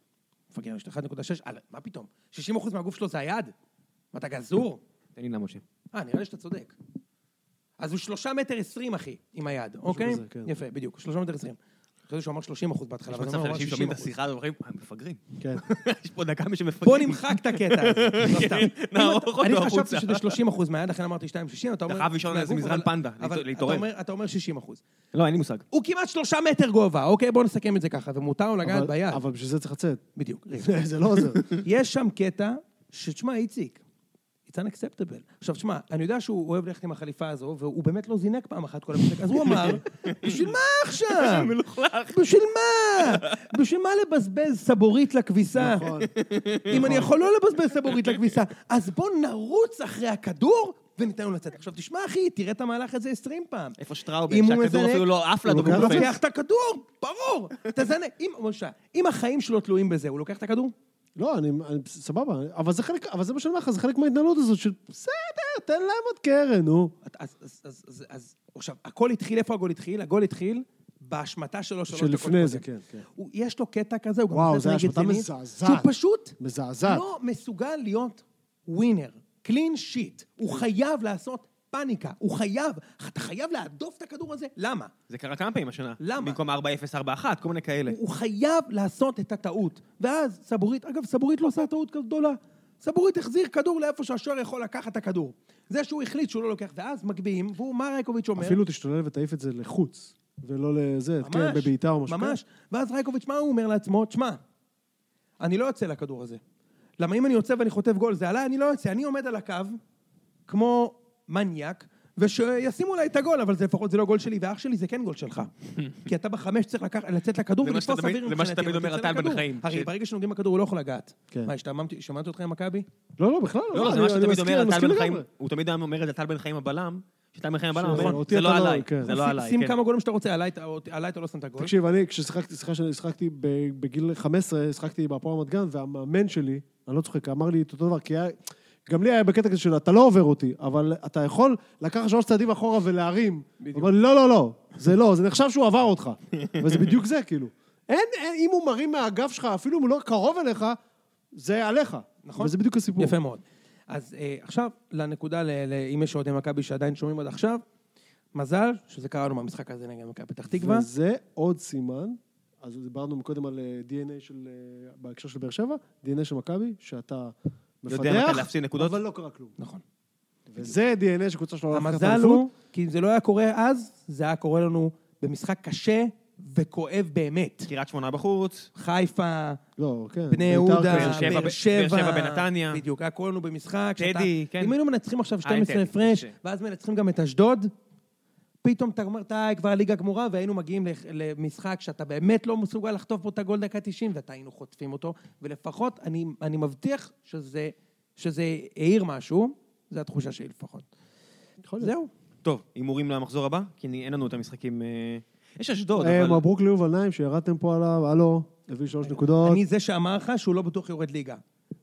מפגר, יש לך 1.6? אללה, מה פתאום? 60% מהגוף שלו זה היד? מה, אתה גזור? תן לי למשה. אה, נראה לי שאתה צודק. אז הוא שלושה מטר עשרים, אחי, עם היד, אוקיי? כזה, כן. יפה, בדיוק, שלושה מטר עשרים. חשבתי שהוא אמר שלושים אחוז בהתחלה, יש אבל הוא מצב אמר שאנשים שומעים את 60%. השיחה ואומרים, "אה, הם מפגרים. כן. יש פה דקה משמפגרים. בוא נמחק את הקטע הזה, לא סתם. כן, נערוך אם אתה- אותו אני חשבתי החוצה. שזה 30 אחוז מהיד, לכן אמרתי 2.60, אתה אומר... אתה חייב לישון על איזה מהגוף, מזרן אבל- פנדה, אבל להת- להתעורר. אתה אומר- אתה אומר 60 אחוז. לא, אין לי מושג. הוא כמעט שלושה מטר גובה, אוקיי? בואו נסכם את זה ככה, ומותר לו לגעת אבל- ביד. אבל בשביל זה צריך לצאת. בדיוק. זה לא עוזר. יש שם קטע שתשמע, איציק, it's unacceptable. עכשיו, תשמע, אני יודע שהוא אוהב ללכת עם החליפה הזו, והוא באמת לא זינק פעם אחת כל המשחק, אז הוא אמר, בשביל מה עכשיו? בשביל מה? בשביל מה לבזבז סבורית לכביסה? נכון. אם אני יכול לא לבזבז סבורית לכביסה, אז בוא נרוץ אחרי הכדור וניתן לו לצאת. עכשיו, תשמע, אחי, תראה את המהלך הזה 20 פעם. אה, איפה שטראובר, אם הוא שהכדור מזנק, אפילו לא עף לידו הוא לוקח והוא הוא לוקח קופץ. את הכדור, ברור. תזנק. אם, משה, אם החיים שלו תלויים בזה, הוא לוקח את הכדור? לא, אני, אני סבבה, אבל זה חלק, אבל זה מה שאני אומר לך, זה חלק מההתנהלות הזאת של בסדר, תן להם עוד קרן, נו. אז- אז- אז- אז- אז- אז עכשיו, הכל התחיל, איפה הגול התחיל? הגול התחיל בהשמטה שלו שלוש דקות שלפני קודם. זה, כן, כן. הוא- יש לו קטע כזה, הוא גם וואו, עושה את זה נגד השמטה זנית, מזעזעת. שהוא פשוט מזעזעת. לא מסוגל להיות ווינר, קלין שיט. הוא חייב לעשות פאניקה, הוא חייב, אתה חייב להדוף את הכדור הזה, למה? זה קרה כמה פעמים השנה. למה? במקום 4-0, 4-1, כל מיני כאלה. הוא חייב לעשות את הטעות. ואז סבורית, אגב, סבורית לא עושה טעות גדולה. סבורית החזיר כדור לאיפה שהשוער יכול לקחת את הכדור. זה שהוא החליט שהוא לא לוקח, ואז מגביהים, והוא, מה רייקוביץ' אומר? אפילו תשתולל ותעיף את זה לחוץ, ולא לזה, ממש, כן, בבעיטה או משהו. ממש. ואז רייקוביץ', מה הוא אומר לעצמו? תשמע, אני לא יוצא לכדור הזה. למה אם אני יוצא ואני חוטף גול, זה עליי, אני לא יוצא. אני עומד על הקו, כמו מניאק, ושישימו עליי את הגול, אבל זה לפחות זה לא גול שלי, ואח שלי זה כן גול שלך. כי אתה בחמש צריך לקח, לצאת לכדור זה מה ולתפוס שתמיד- אוויר זה מה שתמיד אבל אומר תצא הטל בן לכדור. חיים, הרי ש- ברגע שנוגעים בכדור הוא לא יכול לגעת. כן. מה, השתעממתי, שמעתי אותך עם מכבי? לא, לא, בכלל לא, זה אני- מה אני שתמיד מסכים, אומר על אני טל מסכים בן חיים. לגמרי. הוא תמיד היה אומר את זה על טל בן חיים הבלם, שטל בן חיים הבלם נכון, אומר, אותי זה אתה לא לא- עליי, כן. זה לא שים- עליי. שים כן. כמה גולים שאתה רוצה, עליי אתה- עליי אתה לא שם את הגול. תקשיב, אני, כששיחקתי, סליחה ש- ששיחקתי ב- בגיל 15, שיחקתי בהפועל רמת גן, והמאמן שלי, אני לא צוחק, אמר לי את אותו דבר, כי היה... גם לי היה בקטע כזה של אתה לא עובר אותי, אבל אתה יכול לקחת שלוש צעדים אחורה ולהרים. הוא אמר לי, לא, לא, לא, זה לא, זה נחשב שהוא עבר אותך. וזה בדיוק זה, כאילו. אין, אין, אם הוא מרים מהאגף שלך, אפילו אם הוא לא קרוב אליך, זה עליך. נכון. וזה בדיוק הסיפור. יפה מאוד. אז אה, עכשיו, לנקודה, ל- ל- אם יש אוהדי מכבי שעדיין שומעים עד עכשיו, מזל שזה קרה לנו במשחק הזה נגד מכבי פתח תקווה. וזה עוד סימן, אז דיברנו מקודם על אה, DNA של, אה, בהקשר של באר שבע, DNA של מכבי, שאתה מפתח, יודע מתי להפסיד נקודות. אבל לא קרה כלום. נכון. וזה DNA שקבוצה שלו הולכת המזל הוא, כי אם זה לא היה קורה אז, זה היה קורה לנו במשחק קשה וכואב באמת. קריית שמונה בחוץ, חיפה, לא, כן. בני בית"ר יהודה, אה, כזה. באר שבע, באר באר שבע, שבע, בנתניה. בדיוק, היה כולנו במשחק. טדי, שאתה- כן. אם היינו מנצחים עכשיו אה, אין 12 טדי, הפרש, קשה. ואז מנצחים גם את אשדוד, פתאום אתה אומר, אתה כבר הליגה גמורה, והיינו מגיעים לח- למשחק שאתה באמת לא מסוגל לחטוף פה את הגול דקה 90, ואתה היינו חוטפים אותו, ולפחות אני, אני מבטיח שזה, שזה העיר משהו, זו התחושה שלי לפחות. יכול להיות. זהו. טוב, הימורים למחזור הבא? כי אני- אין לנו את המשחקים... אה, יש אשדוד, אה, אבל... מברוק ליובל נעים שירדתם פה עליו, הלו, הביא שלוש נקודות. אני זה שאמר לך שהוא לא בטוח יורד ליגה.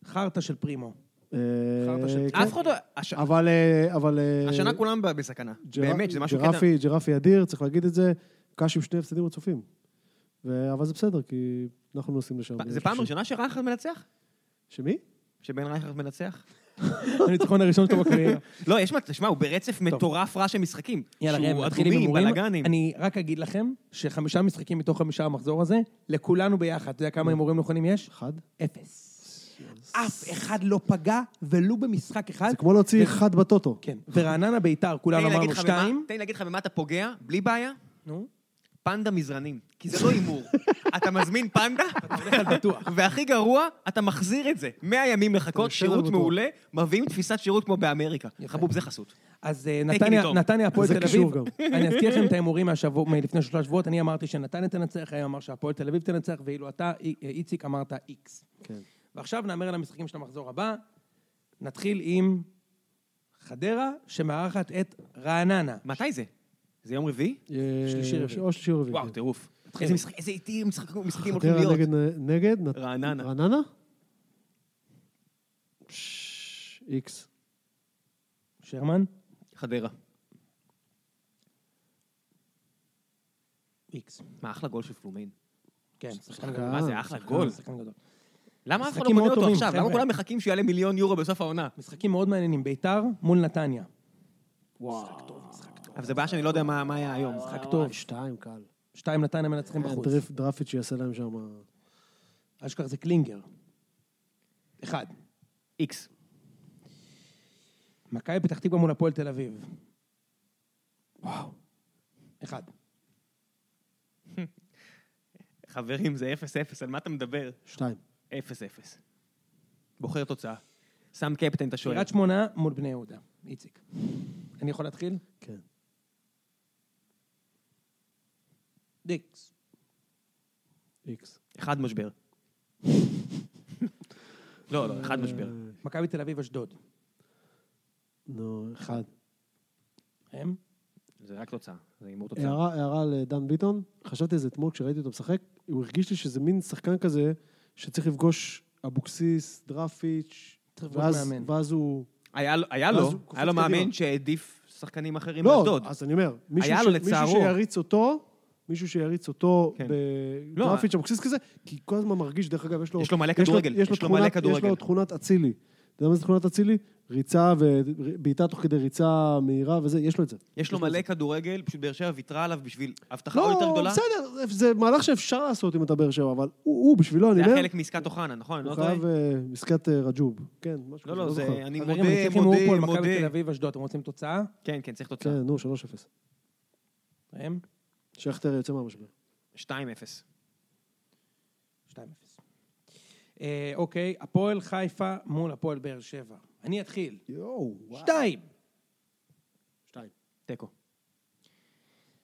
חרטא של פרימו. אה, חרטא של- כן. אף אחד לא... הש- אבל... אה, אבל... אה, השנה כולם ב- בסכנה. ג'ר- באמת, שזה משהו קטע. ג'רפי, ג'רפי אדיר, צריך להגיד את זה. קש עם שני הפסדים רצופים. ו- אבל זה בסדר, כי אנחנו נוסעים לשם. זה פעם ראשונה שרייכרד מנצח? שמי? שבן רייכרד מנצח? הניצחון הראשון שלו בקריירה. לא, יש מה, תשמע, הוא ברצף מטורף רע של משחקים. יאללה, שהוא ראם, נתחיל עם אדומים, הימורים. בלאגנים. אני רק אגיד לכם שחמישה משחקים מתוך חמישה המחזור הזה, לכולנו ביחד. אתה יודע כמה הימורים נכונים יש? אחד. Mm. אפס. אף אחד לא פגע, ולו במשחק אחד. זה כמו להוציא ו- אחד בטוטו. כן. ורעננה ביתר, תן לי כולנו להגיד אמרנו לך במה- שתיים. תן לי להגיד לך במה אתה פוגע, בלי בעיה, נו. פנדה מזרנים. כי זה לא הימור. אתה מזמין פנדה, על בטוח. והכי גרוע, אתה מחזיר את זה. 100 ימים לחכות, משאיר על שירות בטוח. מעולה, מביאים תפיסת שירות כמו באמריקה. יפה. חבוב, זה חסות. אז אה, נתניה, it home. נתניה, הפועל זה תל קישור אביב. אני אזכיר לכם את ההימורים מהשבוע- מלפני שלושה שבועות. אני אמרתי שנתניה תנצח, היום אמר שהפועל תל אביב תנצח, ואילו אתה, אי- איציק, אמרת איקס. כן. ועכשיו נאמר על המשחקים של המחזור הבא. נתחיל עם חדרה, שמארחת את רעננה. מתי זה? זה יום רביעי? שלישי רביעי. או אה, שלישי רביעי. וואו, כן. טירוף. תתחיל. איזה משחק- איזה איטיים משחק- משחקים הולכים חדרה להיות. נגד... נגד? נת- רעננה. רעננה? ש- איקס. שרמן? חדרה. איקס. מה, אחלה גול של פלומיין. כן, שחקן גדול. אה, מה זה, אחלה גול. שחקן גדול. למה אף אחד לא משחקים קונה מאוד אותו טובים, עכשיו? למה חבר'ה. כולם מחכים שהוא יעלה מיליון יורו בסוף העונה? משחקים מאוד מעניינים, ביתר מול נתניה. אבל זה בעיה שאני לא יודע מה מה היה היום. משחק טוב. אה, שתיים, קל. שתיים נתניה מנצחים בחוץ. דריף- דרפיץ' שיעשה להם שם... אה, אל תשכח זה קלינגר. אחד. איקס. מכבי פתח תקווה מול הפועל תל אביב. וואו. אחד. חברים, זה 0-0, על מה אתה מדבר? שתיים. 0-0. בוחר תוצאה. שם קפטן את השוער. קריית שמונה מול בני יהודה. איציק. אני יכול להתחיל? כן. דיקס. איקס. אחד משבר. לא, לא, אחד משבר. מכבי תל אביב אשדוד. נו, אחד. הם? זה רק תוצאה, זה הימור תוצאה. הערה, הערה לדן ביטון, חשבתי על זה אתמול כשראיתי אותו משחק, הוא הרגיש לי שזה מין שחקן כזה שצריך לפגוש אבוקסיס, דראפיץ', צריך לפגוש ואז, מאמן. ואז הוא... היה לו- היה ואז לו, הוא קופץ היה לו קדימה. מאמן שהעדיף שחקנים אחרים לא, לאשדוד. אז אני אומר, מישהו, היה ש... לו מישהו לצערו. שיריץ אותו, מישהו שיריץ אותו כן. לא, בדראפיץ' אבוקסיס כזה, כי כל הזמן מרגיש, דרך אגב, יש לו... יש לו מלא כדורגל, יש לו יש לו מלא תכונת- יש כדורגל. לו תכונת אצילי. אתה יודע מה זה תכונת אצילי? ריצה ובעיטה תוך כדי ריצה מהירה וזה, יש לו את זה. יש לו מלא את זה. כדורגל, פשוט באר שבע ויתרה עליו בשביל הבטחה עוד יותר לא, גדולה. בסדר, זה מהלך שאפשר לעשות אם אתה באר שבע, אבל הוא, הוא בשבילו, אני זה אומר... היה חלק מעסקת אוחנה, נכון? אני הוא לא טועה? חייב אה, עסקת אה, רג'וב. כן, משהו לא, לא, כזה, זה... זוכר. אני חברים, אני צריך מודה, הימור פה על מודה, מכבי תל מודה. אביב, אשדוד, אתם רוצים תוצאה? כן, כן, צריך תוצאה. כן, נו, 3-0. הם? שכטר יוצא מהמשבר. 2-0. 2-0. אה, אוקיי, הפועל חיפה מול הפועל באר שבע. אני אתחיל. יואו, שתיים. שתיים. תיקו.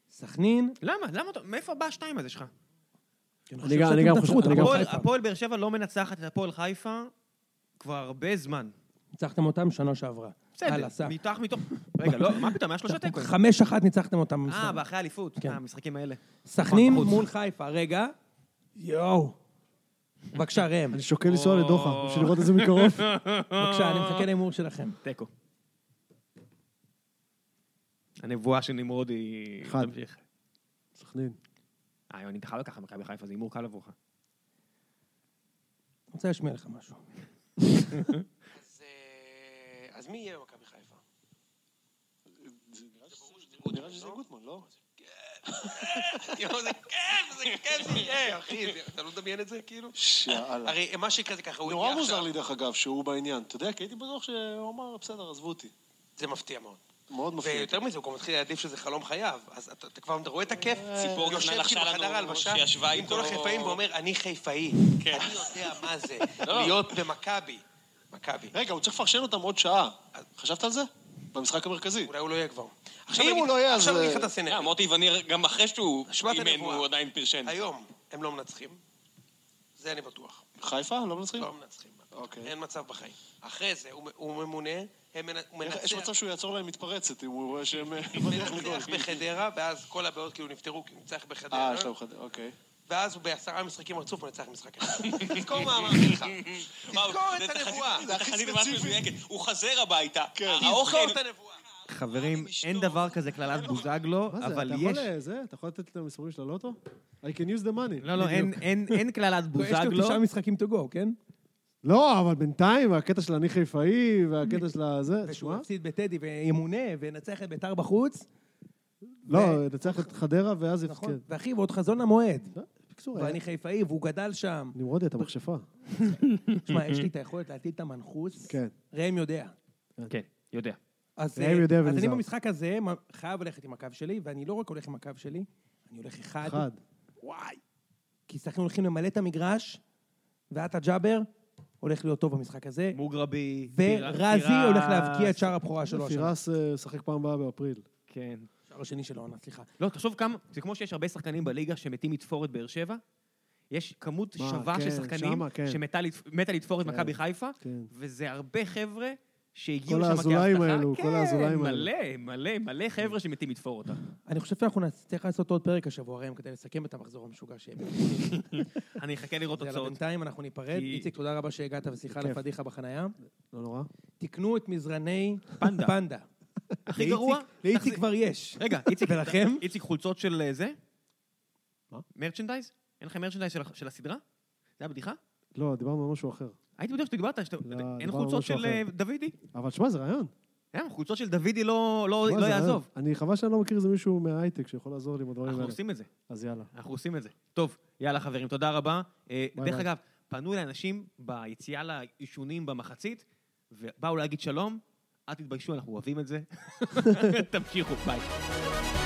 סכנין. למה? למה אתה... מאיפה בא השתיים הזה שלך? אני גם- אני גם חושב- אני גם- הפועל- הפועל באר שבע לא מנצחת את הפועל חיפה כבר הרבה זמן. ניצחתם אותם שנה שעברה. בסדר, הלאה, סע. מתח מתוך... רגע, לא, מה פתאום? היה שלושה תיקו. חמש אחת ניצחתם אותם. אה, ואחרי האליפות. כן. אה, המשחקים האלה. סכנין בחוץ. מול חיפה, רגע. יואו. בבקשה, ראם. אני שוקל לנסוע לדוחה בשביל לראות את זה מקרוב. בבקשה, אני מחכה להימור שלכם. תיקו. הנבואה של נמרוד היא... אחד. תמשיך. סכנין. אה, יוני, אתה חייב לקחת מכבי חיפה, זה הימור קל עבורך. אני רוצה להשמיע לך משהו. אז, אה, אז מי יהיה במכבי חיפה? נראה שזה גוטמן, לא? זה כיף, זה כיף שיהיה, אחי. זה- אתה לא מדמיין את זה, כאילו? שאלה. הרי מה שכזה ככה, הוא נורא הגיע מוזר עכשיו... לי דרך אגב שהוא בעניין, אתה יודע, כי הייתי בטוח שהוא אמר, בסדר, עזבו אותי. זה מפתיע מאוד. מאוד מפחיד. ויותר מזה, הוא כבר מתחיל להעדיף שזה חלום חייו. אז אתה אתה כבר רואה את הכיף. ציפור יושב יונה לחשה כאילו לנו בחדר ההלבשה שישבה עם כל איתו- החיפאים ואומר, אני חיפאי. אני יודע מה זה לא. להיות במכבי. מכבי. רגע, הוא צריך לפרשן אותם עוד שעה. חשבת על זה? במשחק המרכזי. אולי הוא לא יהיה כבר. אם נגיד- הוא לא יהיה, אז- עכשיו נגיד לך את הסנט. אה, כן. מוטי וניר, גם אחרי שהוא אשמת אימן, הנבואה. הוא עדיין פרשן. היום הם לא מנצחים. זה אני בטוח. חיפה? לא מנצחים? לא מנצחים. אוקיי. אין מצב בחיים. אחרי זה, הוא- הוא ממונה, הם מנ- הוא איך- יש מצב מנצח. שהוא יעצור להם מתפרצת אם הוא רואה שהם... אה, בדרך לגול. מנצח בחדרה, ואז כל הבעיות כאילו נפתרו, כי הוא ניצח בחדרה, אה, יש להם חד... אוקיי. ואז הוא בעשרה משחקים רצוף מנצח משחק אחד. תזכור מה אמרתי לך. אה, וואו, תזכור זה את תחזית- הנבואה. זה תחזית ממש מדויקת. הוא חזר הביתה, האוכל... כן. תזכור את הנבואה. חברים, אין דבר כזה קללת בוזגלו, מה זה, אבל אתה יכול יש... אה, זה? אתה יכול לתת את המספרים של הלוטו? I can use the money. לא, לא, אין- בדיוק. אין אין קללת יש לו בוזגלו. תשעה משחקים to go, כן? לא, אבל בינתיים, הקטע של אני חיפאי, והקטע של הזה... ושהוא תשמע, יפסיד בטדי וימונה וינצח את ביתר בחוץ, לא, נצח את חדרה ואז... יפ- נכון? אוקיי. כן. ואחי, ועוד חזון למועד. בקיצור, היה- ואני חיפאי, והוא גדל שם. נמרודי, אתה מכשפה. תשמע, יש לי את היכולת להטיל את המנחוס. כן. ראם יודע. כן, יודע. אז, ראם אה, יודע אז אני ונזהר. במשחק הזה מ- חייב ללכת עם הקו שלי, ואני לא רק הולך עם הקו שלי, אני הולך אחד. אחד. וואי. כי סכנין הולכים למלא את המגרש, ועטה ג'אבר הולך להיות טוב במשחק הזה, מוגרבי, ורזי פירס. הולך להבקיע את שער הבכורה שלו השנה. פירס אה, ישחק פעם הבאה באפריל. כן. שער השני של העונה, סליחה. לא, תחשוב כמה... זה כמו שיש הרבה שחקנים בליגה שמתים לתפור את באר שבע. יש כמות מה, שווה כן, של שחקנים שמה, כן. שמתה לתפ- מתה לתפור את מכבי חיפה, כן. וזה הרבה חבר'ה שהגיעו כל לשם כהבטחה. האזולאים האלו, כל האזולאים האלו. מלא, מלא, מלא חבר'ה שמתים לתפור אותה. אני חושב שאנחנו נצטרך לעשות עוד פרק השבוע, ראם, כדי לסכם את המחזור המשוגע שיהיה. אני אחכה לראות יאללה, תוצאות. בינתיים אנחנו ניפרד. כי- איציק, תודה רבה שהגעת, וסליחה על בכיף. הפדיחה בחנייה. לא נורא. תקנו את מזרני פנדה. פנדה. הכי לאיציק- גרוע, לאיציק תחזיק- כבר יש. רגע, איציק, ולכם? איציק חולצות של אה, זה? מה? מרצ'נדייז? אין לכם מרצ'נדייז של- של הסדרה? זה הבדיחה? לא, דיברנו על משהו אחר. הייתי בטוח שדיברת, שאתה- לא, אין דיברנו על חולצות משהו של אה, אחר. דוידי? אבל שמע, זה רעיון. אה, חולצות של דוידי לא לא- שמע, לא זה רעיון. יעזוב. אני חבל שאני לא מכיר איזה מישהו מההייטק שיכול לעזור לי עם הדברים אנחנו האלה. עושים את זה, אז יאללה. אנחנו עושים את זה. טוב, יאללה חברים, תודה רבה. אה, ביי, דרך ביי. אגב, פנו אלי אנשים ביציאה לעישונים במחצית, ובאו להגיד שלום, אל תתביישו, אנחנו אוהבים את זה. תמשיכו, ביי.